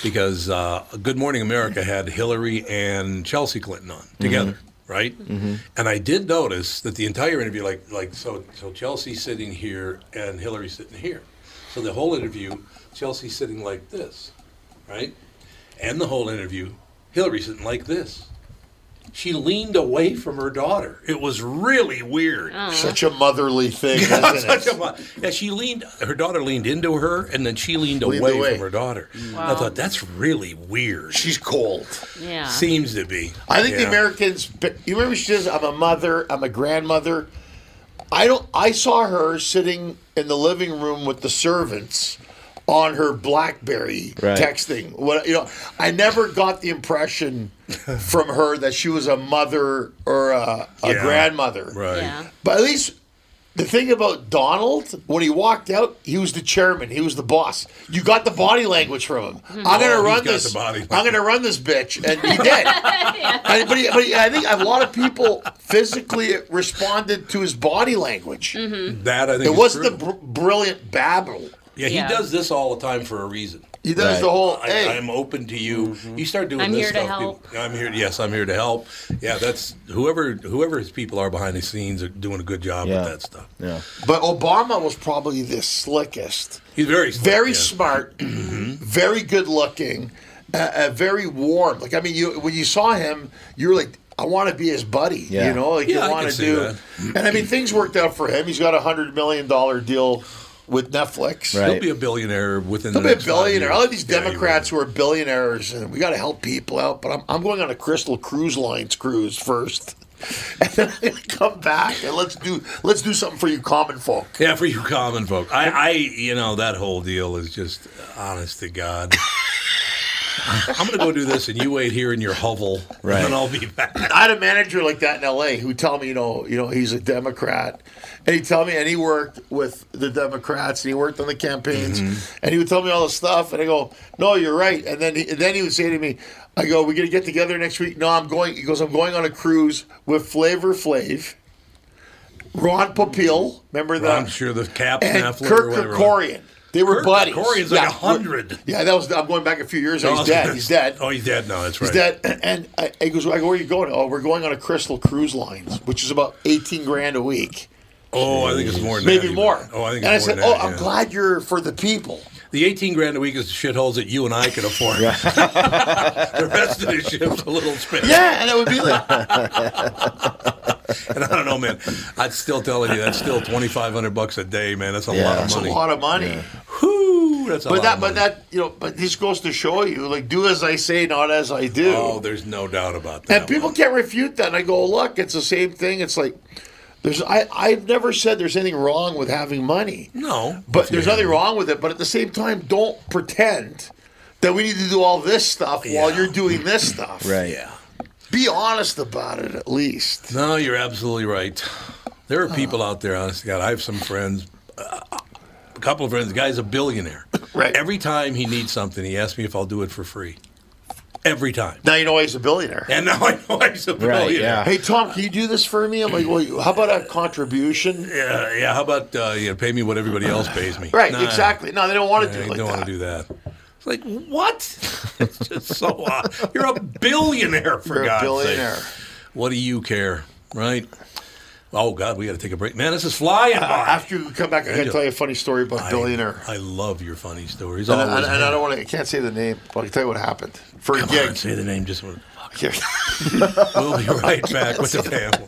[SPEAKER 2] because uh, Good Morning America had Hillary and Chelsea Clinton on together, right? And I did notice that the entire interview, like, like so, so Chelsea's sitting here and Hillary sitting here. So the whole interview, Chelsea's sitting like this, right? And the whole interview, Hillary sitting like this. She leaned away from her daughter. It was really weird.
[SPEAKER 1] Such a motherly thing, isn't it?
[SPEAKER 2] Such a mo- yeah, she leaned. Her daughter leaned into her, and then she leaned,
[SPEAKER 1] Leaned
[SPEAKER 2] away,
[SPEAKER 1] away.
[SPEAKER 2] from her daughter. I
[SPEAKER 8] Wow.
[SPEAKER 2] thought that's really weird.
[SPEAKER 1] She's cold.
[SPEAKER 8] Yeah.
[SPEAKER 2] Seems to be.
[SPEAKER 1] I think the
[SPEAKER 2] Yeah.
[SPEAKER 1] Americans. You remember she says, "I'm a mother. I'm a grandmother." I don't. I saw her sitting in the living room with the servants on her BlackBerry
[SPEAKER 5] Right.
[SPEAKER 1] texting. What you know? I never got the impression from her that she was a mother or a, a
[SPEAKER 2] Yeah.
[SPEAKER 1] grandmother.
[SPEAKER 2] Right.
[SPEAKER 8] Yeah.
[SPEAKER 1] But at least the thing about Donald, when he walked out, he was the chairman. He was the boss. You got the body language from him. I'm gonna
[SPEAKER 2] Oh, he's
[SPEAKER 1] run
[SPEAKER 2] got
[SPEAKER 1] this.
[SPEAKER 2] the body
[SPEAKER 1] I'm gonna run this bitch, and he did. And- but, he, but he- I think a lot of people physically responded to his body language.
[SPEAKER 2] That I think
[SPEAKER 1] Mm-hmm. It
[SPEAKER 2] is
[SPEAKER 1] wasn't the
[SPEAKER 2] Mm-hmm. true.
[SPEAKER 1] br- brilliant babble.
[SPEAKER 2] yeah, he
[SPEAKER 8] Yeah.
[SPEAKER 2] does this all the time for a reason.
[SPEAKER 1] He does the whole.
[SPEAKER 7] I,
[SPEAKER 1] hey,
[SPEAKER 7] I'm open to you. You start doing
[SPEAKER 8] Mm-hmm. I'm
[SPEAKER 7] this
[SPEAKER 8] here to
[SPEAKER 7] stuff.
[SPEAKER 8] help.
[SPEAKER 7] people- I'm here. Yes, I'm here to help. Yeah, that's whoever whoever his people are behind the scenes are doing a good job
[SPEAKER 5] Yeah.
[SPEAKER 7] with that stuff.
[SPEAKER 5] Yeah.
[SPEAKER 1] but Obama was probably the slickest.
[SPEAKER 7] He's very slick,
[SPEAKER 1] very
[SPEAKER 7] yeah.
[SPEAKER 1] smart, very good looking, uh, uh, very warm. Like I mean, you when you saw him, you were like, I want to be his buddy.
[SPEAKER 5] Yeah.
[SPEAKER 1] You know, like
[SPEAKER 7] Yeah, I
[SPEAKER 1] you want
[SPEAKER 7] can
[SPEAKER 1] to
[SPEAKER 7] see
[SPEAKER 1] do.
[SPEAKER 7] that.
[SPEAKER 1] And I mean, things worked out for him. He's got a hundred million dollar deal with Netflix.
[SPEAKER 5] Right.
[SPEAKER 7] He'll be a billionaire within.
[SPEAKER 1] He'll
[SPEAKER 7] the
[SPEAKER 1] be a
[SPEAKER 7] next five
[SPEAKER 1] billionaire.
[SPEAKER 7] years.
[SPEAKER 1] All of these
[SPEAKER 7] Yeah, he
[SPEAKER 1] Democrats
[SPEAKER 7] will.
[SPEAKER 1] who are billionaires, and we got to help people out. But I'm, I'm going on a Crystal Cruise Lines cruise first, and then I'm gonna come back and let's do let's do something for you common folk.
[SPEAKER 7] Yeah, for you common folk. I, I, you know, that whole deal is just uh, honest to God. I'm gonna go do this, and you wait here in your hovel,
[SPEAKER 5] Right.
[SPEAKER 7] and then I'll be back.
[SPEAKER 1] I had a manager like that in L.A. who tell me, you know, you know, he's a Democrat, and he tell me, and he worked with the Democrats, and he worked on the campaigns,
[SPEAKER 7] Mm-hmm.
[SPEAKER 1] and he would tell me all this stuff, and I go, no, you're right, and then he, and then he would say to me, I go, we're gonna get together next week. No, I'm going. He goes, I'm going on a cruise with Flavor Flav, Ron Popeil, remember that?
[SPEAKER 7] I'm sure the captain
[SPEAKER 1] and
[SPEAKER 7] Affleck
[SPEAKER 1] Kirk
[SPEAKER 7] or whatever.
[SPEAKER 1] Kerkorian. They were
[SPEAKER 7] Kirk
[SPEAKER 1] buddies.
[SPEAKER 7] Kerkorian's like a hundred.
[SPEAKER 1] Yeah, that was. I'm going back a few years.
[SPEAKER 7] Oh,
[SPEAKER 1] He's dead. He's dead.
[SPEAKER 7] Oh, he's dead. No, that's
[SPEAKER 1] Is
[SPEAKER 7] right.
[SPEAKER 1] that and I, I goes, "Where are you going?" Oh, we're going on a Crystal Cruise Lines, which is about eighteen grand a week,
[SPEAKER 7] Oh, I think it's more. Than that
[SPEAKER 1] maybe
[SPEAKER 7] even.
[SPEAKER 1] more.
[SPEAKER 7] Oh, I think.
[SPEAKER 1] And I
[SPEAKER 7] It's more
[SPEAKER 1] said,
[SPEAKER 7] than
[SPEAKER 1] "Oh,
[SPEAKER 7] that,
[SPEAKER 1] I'm
[SPEAKER 7] yeah.
[SPEAKER 1] glad you're for the people."
[SPEAKER 7] The 18 grand a week is the shitholes that you and I can afford. the rest of the ship's a little spit.
[SPEAKER 1] Yeah, and it would be like,
[SPEAKER 7] And I don't know, man. I'm still telling you, that's still 2,500 bucks a day, man. That's a
[SPEAKER 5] Yeah.
[SPEAKER 7] lot of
[SPEAKER 1] that's a
[SPEAKER 7] money.
[SPEAKER 1] lot of money.
[SPEAKER 7] Whew, that's a
[SPEAKER 1] But
[SPEAKER 7] lot
[SPEAKER 1] that,
[SPEAKER 7] of
[SPEAKER 1] but
[SPEAKER 7] money.
[SPEAKER 1] that, you know, but this goes to show you, like, do as I say, not as I do.
[SPEAKER 7] Oh, there's no doubt about that.
[SPEAKER 1] and people
[SPEAKER 7] one.
[SPEAKER 1] can't refute that. And I go, look, it's the same thing. It's like, there's, I, I've never said there's anything wrong with having money.
[SPEAKER 7] No.
[SPEAKER 1] But there's nothing wrong with it. But at the same time, don't pretend that we need to do all this stuff while
[SPEAKER 7] Yeah.
[SPEAKER 1] you're doing this stuff.
[SPEAKER 5] Right.
[SPEAKER 7] Yeah.
[SPEAKER 1] Be honest about it at least.
[SPEAKER 7] No, you're absolutely right. There are people out there, honest to God. I have some friends, uh, a couple of friends. The guy's a billionaire.
[SPEAKER 1] Right.
[SPEAKER 7] Every time he needs something, he asks me if I'll do it for free. Every time.
[SPEAKER 1] Now you know why he's a billionaire.
[SPEAKER 7] And now I know he's a billionaire.
[SPEAKER 5] yeah.
[SPEAKER 1] Hey Tom, can you do this for me? I'm like, well, you- how about a contribution?
[SPEAKER 7] Yeah, yeah. How about uh, you know, pay me what everybody else pays me?
[SPEAKER 1] Right,
[SPEAKER 7] Nah,
[SPEAKER 1] exactly. No, they don't want to
[SPEAKER 7] I
[SPEAKER 1] do it
[SPEAKER 7] don't
[SPEAKER 1] like
[SPEAKER 7] want
[SPEAKER 1] that.
[SPEAKER 7] to do that. It's like what? it's just so odd. You're a billionaire for
[SPEAKER 1] You're a
[SPEAKER 7] God's
[SPEAKER 1] billionaire.
[SPEAKER 7] sake. What do you care, right? Oh God, we got to take a break, man. This is flying by.
[SPEAKER 1] After you come back, I can
[SPEAKER 7] do.
[SPEAKER 1] tell you a funny story about
[SPEAKER 7] I-
[SPEAKER 1] billionaire.
[SPEAKER 7] I love your funny stories.
[SPEAKER 1] and, I,
[SPEAKER 7] Always
[SPEAKER 1] and, and I
[SPEAKER 7] do.
[SPEAKER 1] don't want to. I can't say the name, but I can tell you what happened for a
[SPEAKER 7] Come on,
[SPEAKER 1] gig.
[SPEAKER 7] say the name. Just one.
[SPEAKER 1] Here.
[SPEAKER 7] We'll be right back with the family.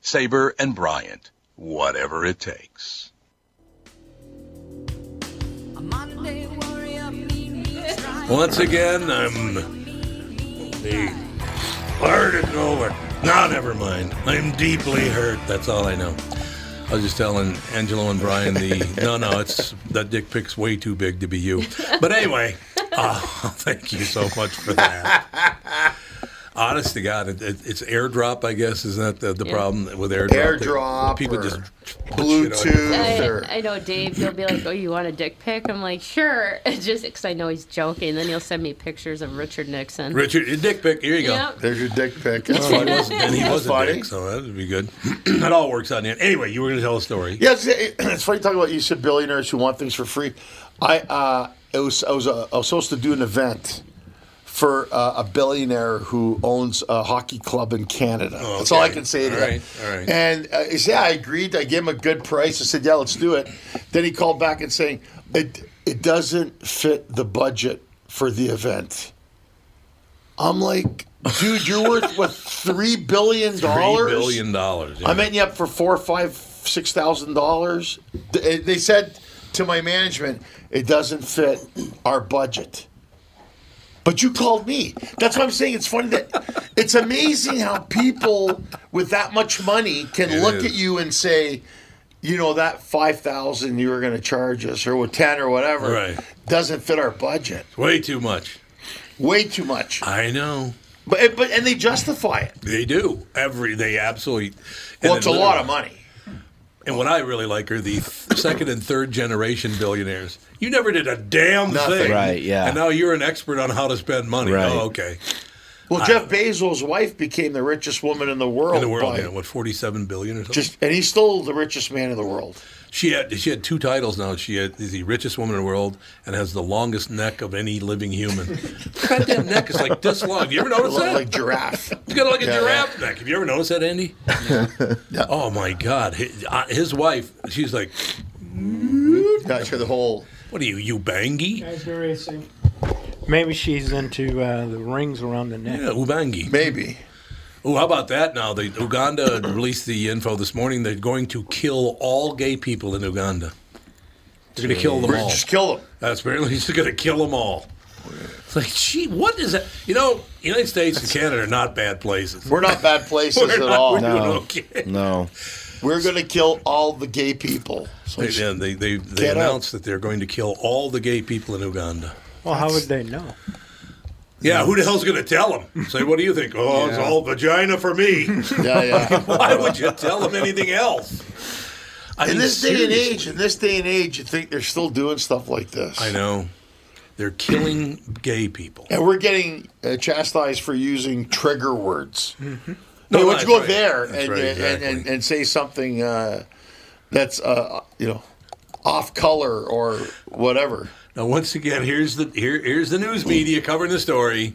[SPEAKER 2] Sabre and Bryant, whatever it takes.
[SPEAKER 7] Once again, I'm the hurt and over. No, never mind. I'm deeply hurt. That's all I know. I was just telling Angelo and Brian the no, no, it's that dick pic's way too big to be you. But anyway, uh, thank you so much for that. honest to God, it, it, it's airdrop. I guess is that the, the
[SPEAKER 8] Yeah.
[SPEAKER 7] problem with airdrop?
[SPEAKER 1] Airdrop
[SPEAKER 7] They- people
[SPEAKER 1] or
[SPEAKER 7] just
[SPEAKER 8] I, I know Dave. He'll be like, "Oh, you want a dick pic?" I'm like, "Sure," just because I know he's joking. Then he'll send me pictures of Richard Nixon.
[SPEAKER 7] Richard, your dick pic. Here you go.
[SPEAKER 8] Yep.
[SPEAKER 1] There's your dick pic.
[SPEAKER 7] That's why he wasn't. And he
[SPEAKER 1] That's
[SPEAKER 7] was a
[SPEAKER 1] funny.
[SPEAKER 7] dick, so that would be good. that all works out in the end. Anyway, you were going to tell a story.
[SPEAKER 1] Yes, it- it's funny talking about you said billionaires who want things for free. I uh, it was I was uh, I was supposed to do an event for uh, a billionaire who owns a hockey club in Canada. That's all I
[SPEAKER 7] Oh, okay.
[SPEAKER 1] can say to
[SPEAKER 7] All
[SPEAKER 1] that.
[SPEAKER 7] right, all right.
[SPEAKER 1] And uh, he said, "Yeah, I agreed. I gave him a good price. I said, yeah, let's do it." Then he called back and saying, "It it doesn't fit the budget for the event." I'm like, dude, you're worth what three billion dollars?
[SPEAKER 7] Three billion dollars. yeah.
[SPEAKER 1] I'm hitting you up for four, five, six thousand dollars. Th- They said to my management, it doesn't fit our budget. But you called me. That's what I'm saying. It's funny that it's amazing how people with that much money can
[SPEAKER 7] It
[SPEAKER 1] look
[SPEAKER 7] is.
[SPEAKER 1] at you and say, you know, that five thousand you were going to charge us, or with ten or whatever,
[SPEAKER 7] Right.
[SPEAKER 1] doesn't fit our budget.
[SPEAKER 7] Way too much.
[SPEAKER 1] Way too much.
[SPEAKER 7] I know.
[SPEAKER 1] But but and they justify it.
[SPEAKER 7] They do. Every they absolutely.
[SPEAKER 1] Well,
[SPEAKER 7] and
[SPEAKER 1] it's a
[SPEAKER 7] then-
[SPEAKER 1] lot of money.
[SPEAKER 7] And what I really like are the second and third generation billionaires. You never did a damn
[SPEAKER 1] Nothing.
[SPEAKER 7] thing,
[SPEAKER 5] Right, yeah.
[SPEAKER 7] And now you're an expert on how to spend money.
[SPEAKER 5] Right.
[SPEAKER 7] Oh, okay.
[SPEAKER 1] Well, Jeff Bezos' wife became the richest woman in the world.
[SPEAKER 7] In the world,
[SPEAKER 1] by-
[SPEAKER 7] yeah, what forty-seven billion or something.
[SPEAKER 1] Just and he's still the richest man in the world.
[SPEAKER 7] she had she had two titles now. She had, is the richest woman in the world and has the longest neck of any living human. Goddamn neck is like this long. Have you ever noticed
[SPEAKER 1] Look
[SPEAKER 7] that?
[SPEAKER 1] like giraffe.
[SPEAKER 7] It's got like a
[SPEAKER 1] Yeah,
[SPEAKER 7] giraffe neck. Have you ever noticed that, Andy? Oh my God! His, uh, his wife, she's like,
[SPEAKER 1] Yeah, sure. The whole
[SPEAKER 7] "What are you, you bangy?
[SPEAKER 4] Maybe she's into uh, the rings around the neck.
[SPEAKER 7] Yeah, ubangi."
[SPEAKER 1] maybe.
[SPEAKER 7] Oh, how about that? Now, the Uganda released the info this morning. They're going to kill all gay people in Uganda. They're going to kill them all.
[SPEAKER 1] Just kill him.
[SPEAKER 7] That's apparently he's going to kill them all. It's like, gee, what is that? You know, United States and Canada are not bad places.
[SPEAKER 1] We're not bad places
[SPEAKER 7] We're
[SPEAKER 1] at
[SPEAKER 7] not-
[SPEAKER 1] all.
[SPEAKER 7] we're
[SPEAKER 1] We're,
[SPEAKER 7] doing
[SPEAKER 5] No.
[SPEAKER 7] okay.
[SPEAKER 5] No.
[SPEAKER 1] gonna kill all the gay people. So
[SPEAKER 7] They, yeah, they, they, they
[SPEAKER 1] Get out.
[SPEAKER 7] announced that they're going to kill all the gay people in Uganda.
[SPEAKER 4] Well, how would they know?
[SPEAKER 7] Yeah, who the hell's going to tell them? Say, what do you think? Oh, it's all vagina for me.
[SPEAKER 1] yeah, yeah.
[SPEAKER 7] Why would you tell them anything else? I
[SPEAKER 1] In
[SPEAKER 7] mean,
[SPEAKER 1] this day and
[SPEAKER 7] seriously.
[SPEAKER 1] age, in this day and age, you think they're still doing stuff like this.
[SPEAKER 7] I know. They're killing gay people.
[SPEAKER 1] And we're getting uh, chastised for using trigger words.
[SPEAKER 7] Mm-hmm. No,
[SPEAKER 1] hey, why don't
[SPEAKER 7] that's
[SPEAKER 1] you go
[SPEAKER 7] right.
[SPEAKER 1] there
[SPEAKER 7] That's
[SPEAKER 1] and,
[SPEAKER 7] right,
[SPEAKER 1] uh, and, and
[SPEAKER 7] exactly.
[SPEAKER 1] and say something uh, that's uh, you know off color or whatever?
[SPEAKER 7] Now, once again, here's the here, here's the news media covering the story.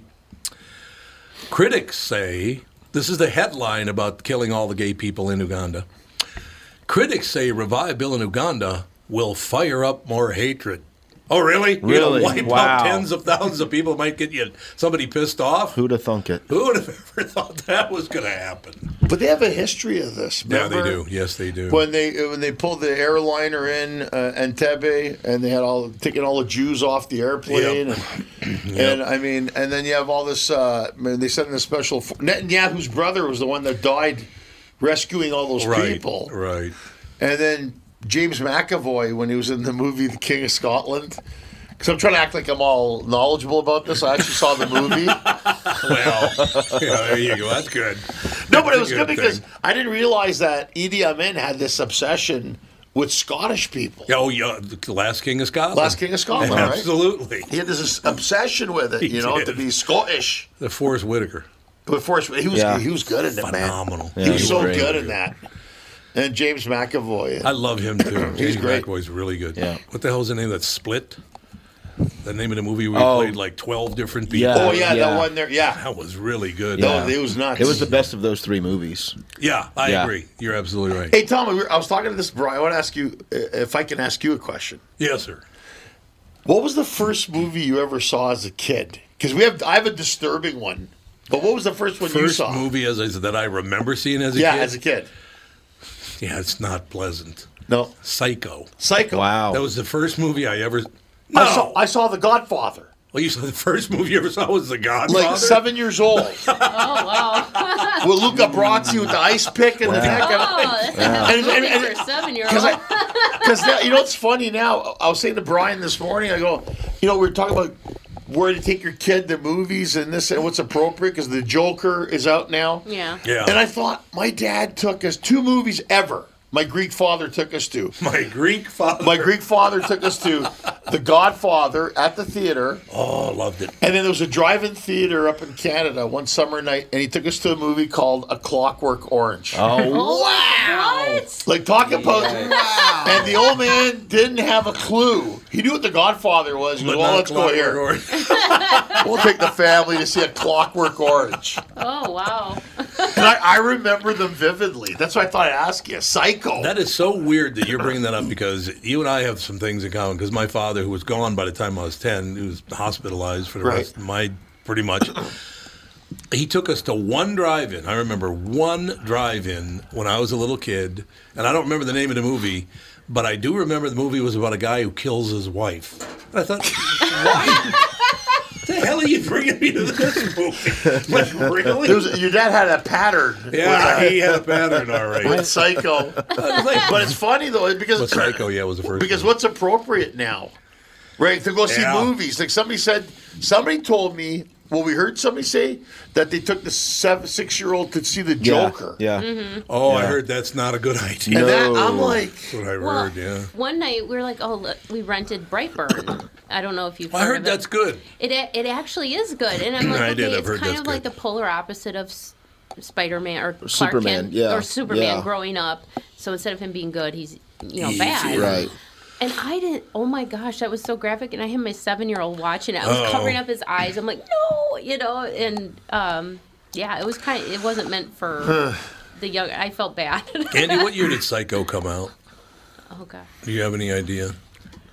[SPEAKER 7] Critics say this is the headline about killing all the gay people in Uganda. Critics say revive bill in Uganda will fire up more hatred. Oh, really?
[SPEAKER 5] Really?
[SPEAKER 7] You wipe
[SPEAKER 5] Wow.
[SPEAKER 7] out tens of thousands of people might get you somebody pissed off.
[SPEAKER 5] Who'da thunk it?
[SPEAKER 7] Who would have ever thought that was going to happen?
[SPEAKER 1] But they have a history of this. Remember?
[SPEAKER 7] Yeah, they do. Yes, they do.
[SPEAKER 1] When they when they pulled the airliner in uh, Entebbe and they had all taking all the Jews off the airplane and, and I mean and then you have all this uh, I mean, they sent in a special fo- Netanyahu's brother was the one that died rescuing all those
[SPEAKER 7] Oh, right,
[SPEAKER 1] people
[SPEAKER 7] right.
[SPEAKER 1] and then James McAvoy when he was in the movie The King of Scotland because I'm trying to act like I'm all knowledgeable about this I actually saw the movie.
[SPEAKER 7] Well, yeah, there you go. That's good.
[SPEAKER 1] No, but
[SPEAKER 7] That's
[SPEAKER 1] it
[SPEAKER 7] a
[SPEAKER 1] was good
[SPEAKER 7] thing.
[SPEAKER 1] because I didn't realize that E Idi Amin had this obsession with Scottish people.
[SPEAKER 7] Yeah, Oh, yeah, the last king of Scotland.
[SPEAKER 1] Last King of Scotland, right?
[SPEAKER 7] Absolutely.
[SPEAKER 1] He had this obsession with it,
[SPEAKER 7] He
[SPEAKER 1] you know,
[SPEAKER 7] did.
[SPEAKER 1] to be Scottish.
[SPEAKER 7] The Forrest Whitaker.
[SPEAKER 1] But for he was
[SPEAKER 5] Yeah.
[SPEAKER 1] he was good in it, man.
[SPEAKER 7] Phenomenal.
[SPEAKER 1] he
[SPEAKER 5] Yeah,
[SPEAKER 1] was
[SPEAKER 5] he
[SPEAKER 1] so
[SPEAKER 5] was great.
[SPEAKER 1] good in that. And James McAvoy.
[SPEAKER 7] I love him too.
[SPEAKER 1] He's
[SPEAKER 7] James
[SPEAKER 1] great.
[SPEAKER 7] McAvoy's really good.
[SPEAKER 5] Yeah.
[SPEAKER 7] What the hell's the name of that split? The name of the movie we
[SPEAKER 5] Oh.
[SPEAKER 7] played like twelve different people.
[SPEAKER 5] Yeah.
[SPEAKER 1] oh yeah,
[SPEAKER 5] Yeah.
[SPEAKER 1] that one there. Yeah,
[SPEAKER 7] That was really good.
[SPEAKER 1] no,
[SPEAKER 5] Yeah.
[SPEAKER 1] it was nuts.
[SPEAKER 5] It was the best of those three movies.
[SPEAKER 7] Yeah, I
[SPEAKER 5] Yeah.
[SPEAKER 7] agree. You're absolutely right.
[SPEAKER 1] Hey Tom, we were- I was talking to this bro. I want to ask you uh, if I can ask you a question.
[SPEAKER 7] Yes, sir.
[SPEAKER 1] What was the first movie you ever saw as a kid? Because we have I have a disturbing one. But what was the first one you
[SPEAKER 7] First
[SPEAKER 1] saw?
[SPEAKER 7] movie as I said that I remember seeing as a
[SPEAKER 1] yeah,
[SPEAKER 7] kid.
[SPEAKER 1] as a kid.
[SPEAKER 7] Yeah, it's not pleasant.
[SPEAKER 1] No,
[SPEAKER 7] Psycho.
[SPEAKER 1] Psycho.
[SPEAKER 5] Wow.
[SPEAKER 7] That was the first movie I ever. No.
[SPEAKER 1] I saw, I saw The Godfather.
[SPEAKER 7] well, you saw the first movie you ever saw was The Godfather.
[SPEAKER 1] Like seven years old, with
[SPEAKER 8] Oh wow!
[SPEAKER 1] Luca Brasi with the ice pick and the neck.
[SPEAKER 8] Oh, that's a hell
[SPEAKER 1] And-
[SPEAKER 8] of a
[SPEAKER 1] and-
[SPEAKER 8] movie
[SPEAKER 1] and-
[SPEAKER 8] for a seven-year-old.
[SPEAKER 1] Because I, because you know, it's funny now. I was saying to Brian this morning. I go, you know, we were talking about where to take your kid to movies and this and what's appropriate because the Joker is out now.
[SPEAKER 8] Yeah.
[SPEAKER 7] Yeah.
[SPEAKER 1] And I thought my dad took us two movies ever. My Greek father took us to.
[SPEAKER 7] My Greek father.
[SPEAKER 1] My Greek father took us to The Godfather at the theater.
[SPEAKER 7] Oh, loved it.
[SPEAKER 1] And then there was a drive-in theater up in Canada one summer night, and he took us to a movie called A Clockwork Orange.
[SPEAKER 7] Oh.
[SPEAKER 8] Oh, wow.
[SPEAKER 1] Like talking about, and the old man didn't have a clue. He knew what The Godfather was. He goes,
[SPEAKER 7] But
[SPEAKER 1] well,
[SPEAKER 7] not
[SPEAKER 1] let's go here.
[SPEAKER 7] Clockwork
[SPEAKER 1] we'll take the family to see A Clockwork Orange.
[SPEAKER 8] Oh wow.
[SPEAKER 1] And I, I remember them vividly. That's why I thought I'd ask you. Psycho.
[SPEAKER 7] That is so weird that you're bringing that up because you and I have some things in common. Because my father, who was gone by the time I was 10, who was hospitalized for the
[SPEAKER 1] Right.
[SPEAKER 7] rest of my pretty much, he took us to one drive in. I remember one drive in when I was a little kid. And I don't remember the name of the movie, but I do remember the movie was about a guy who kills his wife. And I thought, why? the hell are you bringing me to this movie? Like, really?
[SPEAKER 1] There was- your dad had a pattern.
[SPEAKER 7] yeah, he had a
[SPEAKER 1] with,
[SPEAKER 7] pattern
[SPEAKER 1] with
[SPEAKER 7] already.
[SPEAKER 1] Psycho. but it's funny though because
[SPEAKER 7] But Psycho, yeah, was the first
[SPEAKER 1] because
[SPEAKER 7] one.
[SPEAKER 1] what's appropriate now, right? To go see
[SPEAKER 7] Yeah.
[SPEAKER 1] movies. Like somebody said, somebody told me. Well, we heard somebody say that they took the seven, six-year-old to see the Joker.
[SPEAKER 5] Yeah.
[SPEAKER 7] Oh, I
[SPEAKER 5] Yeah.
[SPEAKER 7] heard that's not a good idea.
[SPEAKER 1] And that,
[SPEAKER 5] No.
[SPEAKER 1] I'm like,
[SPEAKER 7] That's what I
[SPEAKER 8] Well,
[SPEAKER 7] heard, yeah.
[SPEAKER 8] One night we were like, oh, look, we rented Brightburn. I don't know if you've.
[SPEAKER 7] I
[SPEAKER 8] heard
[SPEAKER 7] heard
[SPEAKER 8] of it.
[SPEAKER 7] that's good.
[SPEAKER 8] It a- it actually is good, and I'm like,
[SPEAKER 7] I
[SPEAKER 8] okay,
[SPEAKER 7] did. I've
[SPEAKER 8] it's
[SPEAKER 7] heard
[SPEAKER 8] kind
[SPEAKER 7] that's
[SPEAKER 8] of like the
[SPEAKER 7] good.
[SPEAKER 8] polar opposite of S- Spider-Man or Clark
[SPEAKER 5] Superman,
[SPEAKER 8] Kent,
[SPEAKER 5] yeah,
[SPEAKER 8] or Superman
[SPEAKER 5] yeah.
[SPEAKER 8] growing up. So instead of him being good, he's you know
[SPEAKER 7] He's
[SPEAKER 8] bad.
[SPEAKER 5] Right.
[SPEAKER 8] And I didn't. Oh my gosh, that was so graphic. And I had my seven-year-old watching it. I was
[SPEAKER 7] Uh-oh.
[SPEAKER 8] covering up his eyes. I'm like, no, you know. And um, yeah, it was kind. Of, it wasn't meant for the young. I felt bad.
[SPEAKER 7] Andy, what year did Psycho come out?
[SPEAKER 8] oh god,
[SPEAKER 7] Do you have any idea?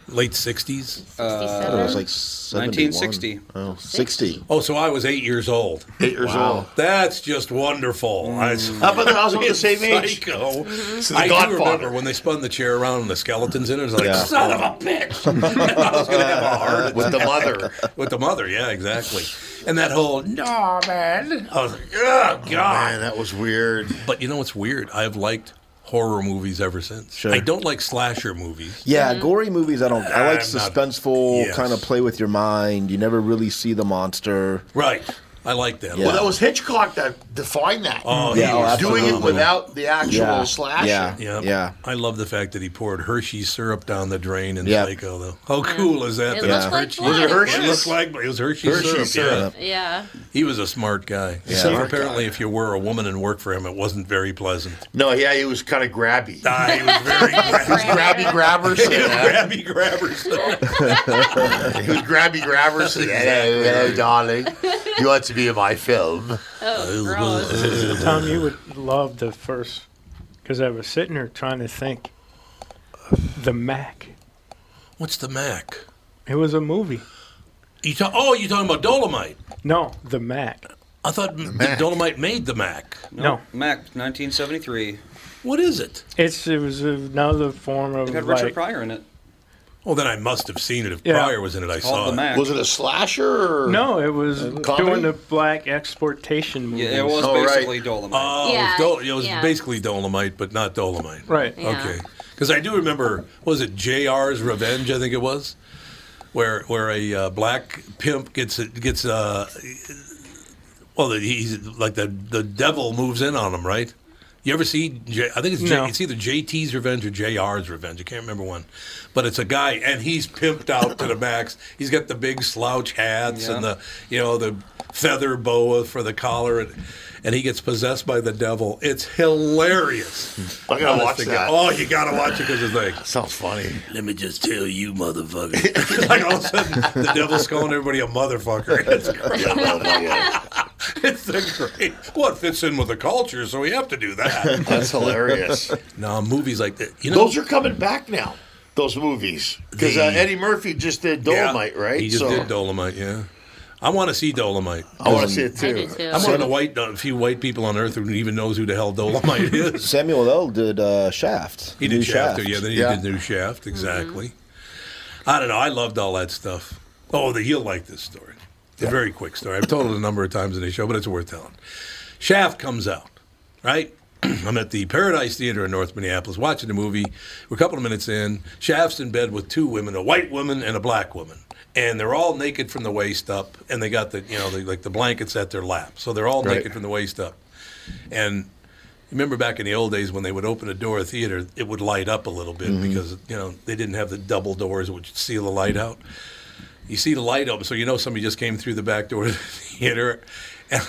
[SPEAKER 7] Late 60s?
[SPEAKER 5] It
[SPEAKER 8] sixty-seven.
[SPEAKER 5] Uh, was like 71.
[SPEAKER 3] 1960.
[SPEAKER 5] Oh, 60.
[SPEAKER 7] Oh, so I was eight years old.
[SPEAKER 1] eight years old.
[SPEAKER 7] That's just wonderful. I
[SPEAKER 1] How about that? I was about the same age. So
[SPEAKER 7] Psycho.
[SPEAKER 1] Mm. the
[SPEAKER 7] I do remember
[SPEAKER 1] Godfather.
[SPEAKER 7] when they spun the chair around and the skeletons in it. I was like,
[SPEAKER 5] Yeah.
[SPEAKER 7] son of a bitch! I was going to have a heart attack.
[SPEAKER 1] With the mother.
[SPEAKER 7] With the mother, yeah, exactly. And that whole, no, man. I was like, oh, God.
[SPEAKER 1] Man, that was weird.
[SPEAKER 7] But you know what's weird? I've liked horror movies ever since.
[SPEAKER 5] Sure.
[SPEAKER 7] I don't like slasher movies.
[SPEAKER 5] Yeah, gory movies. I don't. I like
[SPEAKER 7] I'm not-
[SPEAKER 5] suspenseful,
[SPEAKER 7] yes.
[SPEAKER 5] kind of play with your mind. You never really see the monster.
[SPEAKER 7] Right. I like that. a
[SPEAKER 5] Yeah.
[SPEAKER 7] lot.
[SPEAKER 1] Well, that was Hitchcock that defined that.
[SPEAKER 7] Oh,
[SPEAKER 5] Yeah,
[SPEAKER 7] he
[SPEAKER 5] oh,
[SPEAKER 7] was
[SPEAKER 1] doing it
[SPEAKER 5] absolutely.
[SPEAKER 1] without the actual
[SPEAKER 5] Yeah,
[SPEAKER 1] slash.
[SPEAKER 5] yeah,
[SPEAKER 7] Yep.
[SPEAKER 5] yeah.
[SPEAKER 7] I love the fact that he poured Hershey syrup down the drain in
[SPEAKER 5] Yep.
[SPEAKER 7] Psycho, though. How cool is that?
[SPEAKER 8] It
[SPEAKER 7] that
[SPEAKER 8] looked
[SPEAKER 7] it's
[SPEAKER 8] like
[SPEAKER 7] Hershey-
[SPEAKER 8] blood.
[SPEAKER 7] Was it
[SPEAKER 8] It
[SPEAKER 7] Hershey? It
[SPEAKER 8] was.
[SPEAKER 7] looked like it was Hershey,
[SPEAKER 1] Hershey
[SPEAKER 7] syrup.
[SPEAKER 1] syrup.
[SPEAKER 8] Yeah.
[SPEAKER 7] Yeah. He was a smart guy. Except for apparently, if you were a woman and worked for him, it wasn't very pleasant.
[SPEAKER 1] No, yeah, he was kind of grabby.
[SPEAKER 7] Ah, he was very grabby,
[SPEAKER 1] grabby grabbers.
[SPEAKER 7] grabby grabbers.
[SPEAKER 1] He was grabby grabbers. Hello, hello, darling. You want to be in my film?
[SPEAKER 8] Oh, gross.
[SPEAKER 4] Tom, you would love the first, because I was sitting here trying to think. The Mac.
[SPEAKER 7] What's the Mac?
[SPEAKER 4] It was a movie.
[SPEAKER 7] You ta- oh, you're talking about Dolomite.
[SPEAKER 4] No, The Mac.
[SPEAKER 7] I thought m- Dolomite made the Mac.
[SPEAKER 4] No,
[SPEAKER 3] Mac, 1973.
[SPEAKER 7] What is it?
[SPEAKER 4] it's it was another form of
[SPEAKER 3] It had
[SPEAKER 4] like
[SPEAKER 3] Richard Pryor in it.
[SPEAKER 7] Well, then I must have seen it. If
[SPEAKER 4] Yeah.
[SPEAKER 7] Pryor was in it, I
[SPEAKER 3] Called
[SPEAKER 7] saw
[SPEAKER 3] the
[SPEAKER 7] it.
[SPEAKER 3] Mac.
[SPEAKER 1] Was it a slasher? Or?
[SPEAKER 4] no, it was
[SPEAKER 1] comedy?
[SPEAKER 4] doing the black exportation movies.
[SPEAKER 3] Yeah, it was
[SPEAKER 1] Oh, right.
[SPEAKER 3] basically Dolomite.
[SPEAKER 7] Oh, it was
[SPEAKER 8] Yeah,
[SPEAKER 7] Dol- it was
[SPEAKER 8] yeah.
[SPEAKER 7] basically Dolomite, but not Dolomite.
[SPEAKER 4] right.
[SPEAKER 8] Yeah.
[SPEAKER 7] Okay. Because I do remember, was it J.R.'s Revenge? I think it was, where where a uh, black pimp gets gets uh, well, he's like the the devil moves in on him, right? You ever see? J- I think it's J-
[SPEAKER 4] No.
[SPEAKER 7] it's either JT's Revenge or JR's Revenge. I can't remember one, but it's a guy and he's pimped out to the max. He's got the big slouch hats and
[SPEAKER 3] Yeah.
[SPEAKER 7] the you know the feather boa for the collar and. And he gets possessed by the devil. It's hilarious.
[SPEAKER 1] I gotta
[SPEAKER 7] Honest
[SPEAKER 1] watch
[SPEAKER 7] to
[SPEAKER 1] that.
[SPEAKER 7] God. Oh, you gotta watch it because it's like,
[SPEAKER 1] Sounds funny.
[SPEAKER 7] let me just tell you, motherfucker. like all of a sudden, the devil's calling everybody a motherfucker. It's great. It's the great. Well, it fits in with the culture, so we have to do that.
[SPEAKER 1] That's hilarious.
[SPEAKER 7] no, movies like that. You know,
[SPEAKER 1] Those are coming back now. Those movies, because uh,
[SPEAKER 7] The-
[SPEAKER 1] Eddie Murphy just did
[SPEAKER 7] Yeah.
[SPEAKER 1] Dolomite, right?
[SPEAKER 7] He just did Dolomite. Yeah, I want to see Dolomite.
[SPEAKER 1] I want to see it
[SPEAKER 8] I do
[SPEAKER 1] too.
[SPEAKER 8] too.
[SPEAKER 7] I'm one of the white, a few white people on Earth who even knows who the hell Dolomite is.
[SPEAKER 5] Samuel L. did uh, Shaft.
[SPEAKER 7] He
[SPEAKER 5] the
[SPEAKER 7] did
[SPEAKER 5] new
[SPEAKER 7] Shaft, yeah. Then he
[SPEAKER 1] Yeah.
[SPEAKER 7] did New Shaft, exactly. I don't know. I loved all that stuff. Oh, the, you'll like this story. It's a very quick story. I've told it a number of times in the show, but it's worth telling. Shaft comes out, right? I'm at the Paradise Theater in North Minneapolis watching the movie. We're a couple of minutes in. Shaft's in bed with two women, a white woman and a black woman. and they're all naked from the waist up, and they got the you know the, like the blankets at their lap, so they're all
[SPEAKER 6] Right.
[SPEAKER 7] naked from the waist up. And remember back in the old days when they would open a door of theater, it would light up a little bit
[SPEAKER 1] Mm-hmm.
[SPEAKER 6] Mhm.
[SPEAKER 7] because you know they didn't have the double doors which seal the light out. You see the light open, so you know somebody just came through the back door of the theater, and,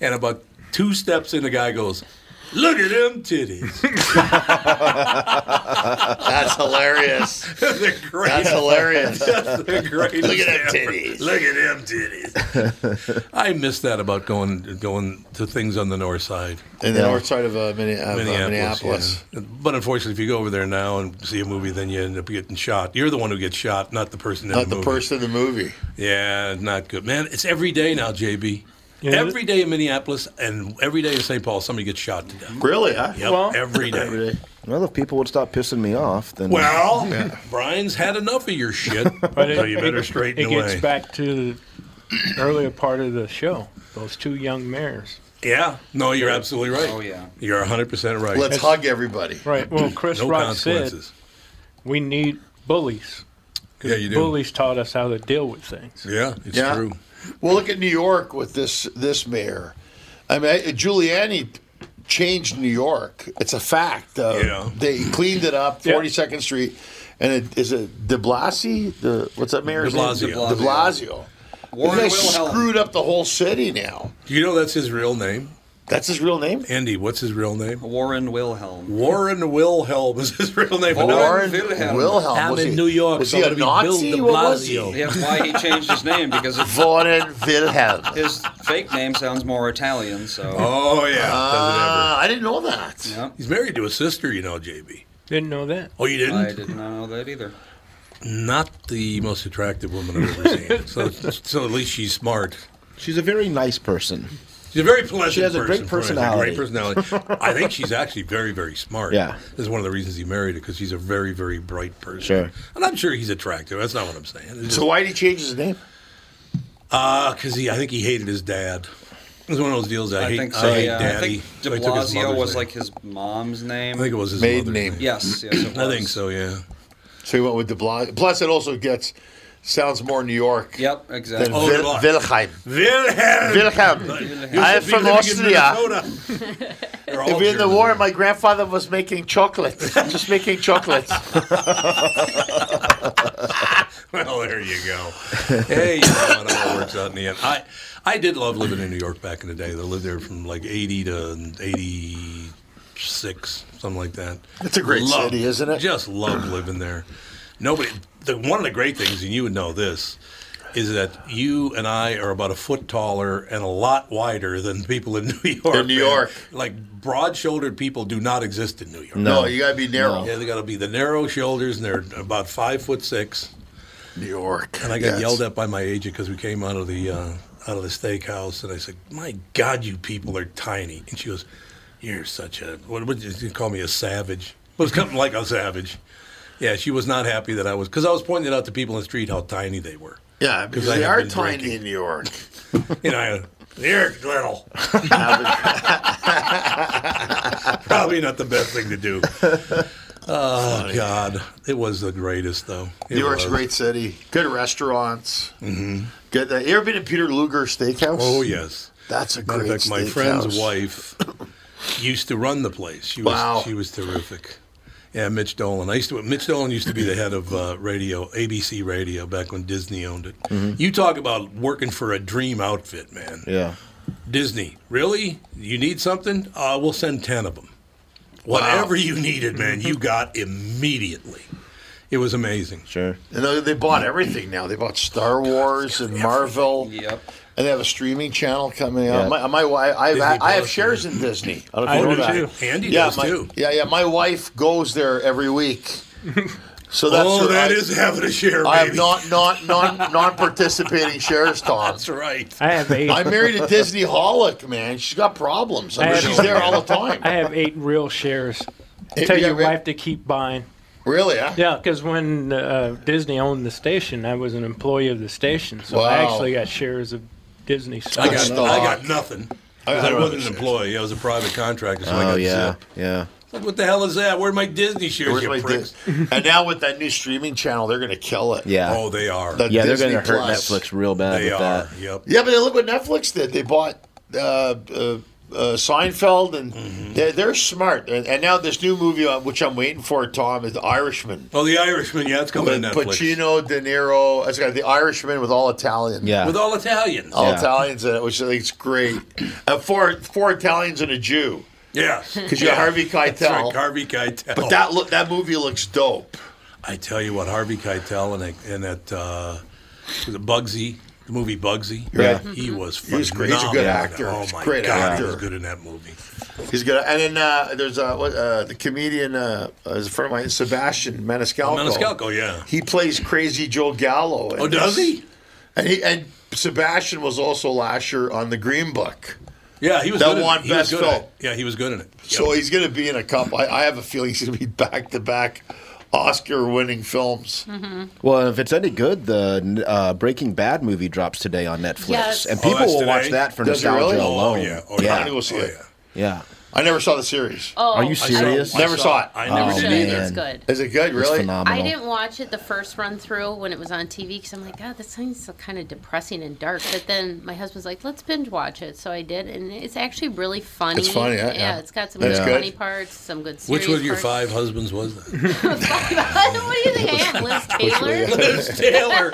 [SPEAKER 7] and about two steps in, the guy goes. Look at them titties.
[SPEAKER 1] That's hilarious.
[SPEAKER 7] They're great.
[SPEAKER 1] That's hilarious.
[SPEAKER 7] They're great.
[SPEAKER 1] Look at them
[SPEAKER 7] ever.
[SPEAKER 1] titties.
[SPEAKER 7] Look at them titties. I miss that about going going to things on the north side.
[SPEAKER 1] In the north side of uh, Minne- of, uh, Minneapolis.
[SPEAKER 7] yeah. But unfortunately, if you go over there now and see a movie, then you end up getting shot. You're the one who gets shot, not the person in
[SPEAKER 1] Not
[SPEAKER 7] the
[SPEAKER 1] the
[SPEAKER 7] movie.
[SPEAKER 1] person in the movie.
[SPEAKER 7] Yeah, not good. Man, it's every day now, JB. Every day in Minneapolis and every day in St. Paul, somebody gets shot to death.
[SPEAKER 1] Really, huh?
[SPEAKER 7] Yep,
[SPEAKER 1] Well-
[SPEAKER 7] every day.
[SPEAKER 5] Well, if people would stop pissing me off, then
[SPEAKER 7] Well, Brian's had enough of your shit,
[SPEAKER 4] it-
[SPEAKER 7] so you better straighten
[SPEAKER 4] it
[SPEAKER 7] away.
[SPEAKER 4] gets back to the earlier part of the show. Those two young mayors.
[SPEAKER 7] Yeah. No, you're absolutely right.
[SPEAKER 4] Oh, yeah.
[SPEAKER 7] You're 100% right.
[SPEAKER 4] Let's hug
[SPEAKER 1] everybody.
[SPEAKER 4] Right. Well, Chris
[SPEAKER 7] no
[SPEAKER 4] Rock said
[SPEAKER 7] consequences.
[SPEAKER 4] we need bullies. 'Cause
[SPEAKER 7] Yeah, you do.
[SPEAKER 4] Bullies taught us how to deal with things.
[SPEAKER 7] Yeah, it's
[SPEAKER 1] true. Well, look at New York with this this mayor. I mean, I- Giuliani changed New York. It's a fact. Uh,
[SPEAKER 7] Yeah.
[SPEAKER 1] They cleaned it up,
[SPEAKER 7] Yeah.
[SPEAKER 1] Forty Second Street, and it, is it De Blasi? The what's that mayor's
[SPEAKER 7] De Blasio.
[SPEAKER 1] name? De Blasio.
[SPEAKER 7] Warren
[SPEAKER 1] This guy
[SPEAKER 7] Wilhelm.
[SPEAKER 1] screwed up the whole city now.
[SPEAKER 7] Do you know that's his real name?
[SPEAKER 1] That's his real name?
[SPEAKER 7] Andy, what's his real name?
[SPEAKER 3] Warren Wilhelm.
[SPEAKER 7] Warren Wilhelm is his real name. but no-
[SPEAKER 3] Warren Wilhelm. Wilhelm.
[SPEAKER 7] I'm
[SPEAKER 3] Was
[SPEAKER 7] in
[SPEAKER 3] he-
[SPEAKER 7] New York.
[SPEAKER 3] was
[SPEAKER 7] so
[SPEAKER 3] he a
[SPEAKER 7] I'm gonna be
[SPEAKER 3] Nazi?
[SPEAKER 7] Bill de
[SPEAKER 3] What was
[SPEAKER 7] Blasio.
[SPEAKER 3] he? Yeah, why he changed his name because it's
[SPEAKER 1] Warren Wilhelm. Uh,
[SPEAKER 3] His fake name sounds more Italian, so.
[SPEAKER 7] Oh, yeah.
[SPEAKER 3] Ah,
[SPEAKER 1] I didn't know that.
[SPEAKER 7] He's married to a sister, you know, JB.
[SPEAKER 4] Didn't know that.
[SPEAKER 7] Oh, you didn't?
[SPEAKER 3] I did not know that either.
[SPEAKER 7] Not the most attractive woman I've ever seen. so, so at least she's smart.
[SPEAKER 5] she's a very nice person.
[SPEAKER 7] She's a very pleasant.
[SPEAKER 5] She has a great
[SPEAKER 7] person.
[SPEAKER 5] personality.
[SPEAKER 7] She's a great personality. I think she's actually very, very smart.
[SPEAKER 5] Yeah.
[SPEAKER 7] this is one of the reasons he married her because she's a very, very bright person.
[SPEAKER 5] Sure.
[SPEAKER 7] and I'm sure he's attractive. That's not what I'm saying. It's
[SPEAKER 1] So why did he change his name?
[SPEAKER 7] Uh, because he, I think he hated his dad. It was one of those deals. I,
[SPEAKER 3] I
[SPEAKER 7] hate,
[SPEAKER 3] think so.
[SPEAKER 7] I hate
[SPEAKER 3] yeah. I
[SPEAKER 7] daddy.
[SPEAKER 3] think De
[SPEAKER 7] So I took his
[SPEAKER 3] Blasio
[SPEAKER 7] mother's
[SPEAKER 3] was
[SPEAKER 7] name.
[SPEAKER 3] like his mom's name.
[SPEAKER 7] I think it was his
[SPEAKER 1] Maiden
[SPEAKER 7] mother's
[SPEAKER 1] name.
[SPEAKER 3] Yes, yes, it
[SPEAKER 7] I
[SPEAKER 3] was.
[SPEAKER 7] think so. Yeah.
[SPEAKER 1] So he went with De Blasio. Plus, it also gets sounds more New York.
[SPEAKER 3] Yep, exactly.
[SPEAKER 1] Than
[SPEAKER 3] Oh,
[SPEAKER 1] Wil-
[SPEAKER 3] De Blasio.
[SPEAKER 1] Wilhelm.
[SPEAKER 7] Wilhelm.
[SPEAKER 1] Wilhelm. I am from Austria. During the war, my grandfather was making chocolate. Just making chocolate.
[SPEAKER 7] well, there you go. Hey, you know what? It all works out in the end. I, I did love living in New York back in the day. I lived there from like 80 to 86, something like that.
[SPEAKER 1] It's a great
[SPEAKER 7] Loved-
[SPEAKER 1] city, isn't it?
[SPEAKER 7] Just love living there. Nobody. The, one of the great things, and you would know this, is that you and I are about a foot taller and a lot wider than people in New York.
[SPEAKER 1] In New
[SPEAKER 7] man.
[SPEAKER 1] York.
[SPEAKER 7] like broad-shouldered people do not exist in New York.
[SPEAKER 1] No, No. you gotta be narrow. No.
[SPEAKER 7] Yeah, they got to be the narrow shoulders, and they're about five foot six.
[SPEAKER 1] New York.
[SPEAKER 7] And I got
[SPEAKER 1] Yes.
[SPEAKER 7] yelled at by my agent because we came out of the uh, out of the steakhouse, and I said, "My God, you people are tiny." And she goes, "You're such a what would you call me a savage?" Well, it's something like a savage. Yeah, she was not happy that I was because I was pointing out to people in the street how tiny they were.
[SPEAKER 1] Yeah,
[SPEAKER 7] 'Cause
[SPEAKER 1] because
[SPEAKER 7] I
[SPEAKER 1] they
[SPEAKER 7] have
[SPEAKER 1] are
[SPEAKER 7] been
[SPEAKER 1] tiny
[SPEAKER 7] drinking.
[SPEAKER 1] in New York.
[SPEAKER 7] You know, you're little. Probably not the best thing to do. Oh God, it was the greatest though. It
[SPEAKER 1] New York's a
[SPEAKER 7] was.
[SPEAKER 1] great city. Good restaurants.
[SPEAKER 7] Mhm.
[SPEAKER 1] Good. Uh, you ever been to Peter Luger Steakhouse?
[SPEAKER 7] Oh yes,
[SPEAKER 1] That's a
[SPEAKER 7] Matter of
[SPEAKER 1] great
[SPEAKER 7] fact, my
[SPEAKER 1] steakhouse.
[SPEAKER 7] friend's wife used to run the place. She was
[SPEAKER 1] Wow.
[SPEAKER 7] she was terrific. Yeah, Mitch Dolan. I used to. Mitch Dolan used to be the head of uh, radio, ABC Radio, back when Disney owned it.
[SPEAKER 1] Mm-hmm.
[SPEAKER 6] Mhm.
[SPEAKER 7] You talk about working for a dream outfit, man.
[SPEAKER 5] Yeah.
[SPEAKER 7] Disney, really? You need something? Uh, we'll send ten of them.
[SPEAKER 1] Wow.
[SPEAKER 7] Whatever you needed, man, you got immediately. It was amazing.
[SPEAKER 5] Sure.
[SPEAKER 1] And they- they bought everything now. They bought Star Wars and Marvel.
[SPEAKER 3] Oh, Yep.
[SPEAKER 1] And they have a streaming channel coming out.
[SPEAKER 5] Yeah.
[SPEAKER 1] My, my wife, I've,
[SPEAKER 5] Disney
[SPEAKER 1] I have
[SPEAKER 5] Plus,
[SPEAKER 1] shares in Disney.
[SPEAKER 5] I don't know if you know that.
[SPEAKER 7] Andy
[SPEAKER 1] yeah,
[SPEAKER 7] does
[SPEAKER 1] my,
[SPEAKER 7] too.
[SPEAKER 1] Yeah, yeah. My wife goes there every week. So that's
[SPEAKER 7] Oh,
[SPEAKER 1] her-
[SPEAKER 7] that
[SPEAKER 1] I-
[SPEAKER 7] is having a share,
[SPEAKER 1] I have
[SPEAKER 7] baby.
[SPEAKER 1] not non non non participating shares, Tom. That's
[SPEAKER 7] right.
[SPEAKER 4] I have eight.
[SPEAKER 1] I married a Disney holic, man. She's got problems. I mean, she's there all the time.
[SPEAKER 4] I have eight real shares.
[SPEAKER 1] Eight-
[SPEAKER 4] Tell
[SPEAKER 1] yeah,
[SPEAKER 4] your
[SPEAKER 1] right.
[SPEAKER 4] wife to keep buying.
[SPEAKER 1] Really? Huh?
[SPEAKER 4] Yeah, because when uh, Disney owned the station, I was an employee of the station, so I
[SPEAKER 7] Wow.
[SPEAKER 4] actually got shares of Disney stock.
[SPEAKER 7] I got, I got nothing. 'Cause
[SPEAKER 1] I- I
[SPEAKER 7] I,
[SPEAKER 1] don't
[SPEAKER 7] wasn't an
[SPEAKER 1] understand.
[SPEAKER 7] employee. I was a private contractor, so I
[SPEAKER 5] oh
[SPEAKER 7] got
[SPEAKER 5] yeah,
[SPEAKER 7] zip.
[SPEAKER 5] yeah.
[SPEAKER 7] What the hell is that? Where are my Disney shares?
[SPEAKER 1] Where's
[SPEAKER 7] you
[SPEAKER 1] my
[SPEAKER 7] pricks?
[SPEAKER 1] Dis- and now with that new streaming channel, they're going to kill it.
[SPEAKER 5] Yeah.
[SPEAKER 7] Oh, they are.
[SPEAKER 1] The
[SPEAKER 5] yeah,
[SPEAKER 1] Disney
[SPEAKER 5] they're going to hurt
[SPEAKER 1] Plus.
[SPEAKER 5] Netflix real bad
[SPEAKER 7] They
[SPEAKER 5] with
[SPEAKER 7] are.
[SPEAKER 5] that.
[SPEAKER 7] Yep.
[SPEAKER 1] Yeah, but then look what Netflix did. They bought uh, uh, uh, Seinfeld, and
[SPEAKER 7] Mm-hmm.
[SPEAKER 1] they're, they're smart. And, and now this new movie, uh, which I'm waiting for, Tom, is The Irishman.
[SPEAKER 7] Oh, The Irishman. Yeah, it's coming
[SPEAKER 1] With
[SPEAKER 7] to Netflix.
[SPEAKER 1] Pacino, De Niro. It's got The Irishman with all Italian.
[SPEAKER 5] Yeah.
[SPEAKER 7] With all Italians.
[SPEAKER 1] All
[SPEAKER 5] Yeah.
[SPEAKER 1] Italians in it, which I think is great. Uh, four, four Italians and a Jew.
[SPEAKER 7] Yes.
[SPEAKER 1] Because you got Harvey
[SPEAKER 7] That's right,
[SPEAKER 1] Keitel.
[SPEAKER 7] Harvey Keitel.
[SPEAKER 1] but that look, that movie looks dope.
[SPEAKER 7] I tell you what, Harvey Keitel and that, and that uh, was it Bugsy, the movie Bugsy.
[SPEAKER 5] Yeah.
[SPEAKER 7] he was.
[SPEAKER 1] Mhm. He
[SPEAKER 7] Phenomenal.
[SPEAKER 1] was great. He's a good actor.
[SPEAKER 7] Oh
[SPEAKER 1] He's a
[SPEAKER 7] my
[SPEAKER 1] great
[SPEAKER 7] god,
[SPEAKER 1] actor.
[SPEAKER 7] he was good in that movie.
[SPEAKER 1] He's good. And then uh, there's uh, what, uh, the comedian, uh, uh, is a friend of mine, Sebastian Maniscalco.
[SPEAKER 7] Maniscalco, yeah.
[SPEAKER 1] He plays Crazy Joe Gallo. in
[SPEAKER 7] Oh, does
[SPEAKER 1] this.
[SPEAKER 7] he?
[SPEAKER 1] And, he, and Sebastian was also last year on The Green Book.
[SPEAKER 7] Yeah, he was.
[SPEAKER 1] That
[SPEAKER 7] good
[SPEAKER 1] won
[SPEAKER 7] in, he was
[SPEAKER 1] Best
[SPEAKER 7] good in
[SPEAKER 1] Film.
[SPEAKER 7] it. Yeah, he was good in it. Yep.
[SPEAKER 1] So he's going to be in a couple. I, I have a feeling he's going to be back to back Oscar winning films.
[SPEAKER 7] Mm-hmm.
[SPEAKER 5] Well, if it's any good, the uh, Breaking Bad movie drops today on Netflix,
[SPEAKER 8] Yes.
[SPEAKER 5] and
[SPEAKER 8] Oh,
[SPEAKER 5] people
[SPEAKER 7] that's
[SPEAKER 5] will watch
[SPEAKER 7] today?
[SPEAKER 5] that for
[SPEAKER 1] Does it
[SPEAKER 5] nostalgia
[SPEAKER 1] really? Oh,
[SPEAKER 5] alone.
[SPEAKER 7] yeah. Oh,
[SPEAKER 1] I'm
[SPEAKER 5] yeah,
[SPEAKER 1] gonna go see
[SPEAKER 7] Oh,
[SPEAKER 1] it.
[SPEAKER 7] yeah.
[SPEAKER 5] yeah.
[SPEAKER 1] I never saw the series.
[SPEAKER 8] Oh,
[SPEAKER 5] Are you
[SPEAKER 8] I-
[SPEAKER 5] serious?
[SPEAKER 1] Never saw it.
[SPEAKER 7] I
[SPEAKER 5] Oh,
[SPEAKER 7] never
[SPEAKER 8] You
[SPEAKER 7] did
[SPEAKER 8] should.
[SPEAKER 5] man.
[SPEAKER 7] either.
[SPEAKER 8] It's good.
[SPEAKER 1] Is it good? Really?
[SPEAKER 5] It's phenomenal.
[SPEAKER 8] I didn't watch it the first run through when it was on TV because I'm like, God, that sounds so kind of depressing and dark. But then my husband's like, let's binge watch it. So I did. And it's actually really funny.
[SPEAKER 1] It's funny, yeah, yeah.
[SPEAKER 8] it's got some
[SPEAKER 1] That's
[SPEAKER 8] good
[SPEAKER 1] good.
[SPEAKER 8] funny parts, some good
[SPEAKER 7] Which
[SPEAKER 8] serious
[SPEAKER 7] of your
[SPEAKER 8] parts.
[SPEAKER 7] five husbands was that?
[SPEAKER 8] what do you think I am, Liz Taylor?
[SPEAKER 7] Liz Taylor.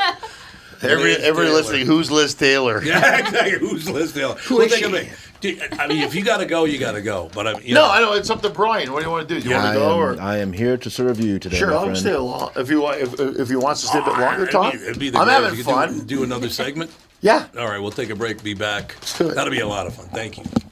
[SPEAKER 1] Every,
[SPEAKER 7] Liz
[SPEAKER 1] every
[SPEAKER 7] Taylor.
[SPEAKER 1] listening, who's Liz Taylor?
[SPEAKER 7] Yeah, exactly. Who's Liz Taylor? Who
[SPEAKER 1] is
[SPEAKER 7] think of it. Dude, I mean, if you got to go, you got to go. But I mean, you
[SPEAKER 1] No,
[SPEAKER 7] know,
[SPEAKER 1] I know it's up to Brian. What do you want to do? Do you want
[SPEAKER 5] I
[SPEAKER 1] to go or?
[SPEAKER 5] am, I am here to serve you today.
[SPEAKER 1] Sure,
[SPEAKER 5] my
[SPEAKER 1] I'll
[SPEAKER 5] friend.
[SPEAKER 1] stay a long if you want. If, if he wants to stay a bit longer,
[SPEAKER 7] Ah, It'd be-
[SPEAKER 1] Tom.
[SPEAKER 7] it'd be the
[SPEAKER 1] I'm
[SPEAKER 7] greatest.
[SPEAKER 1] having
[SPEAKER 7] We could do-
[SPEAKER 1] fun.
[SPEAKER 7] Do another segment.
[SPEAKER 1] Yeah.
[SPEAKER 7] All right, we'll take a break. Be back.
[SPEAKER 1] do it.
[SPEAKER 7] That'll be a lot of fun. Thank you.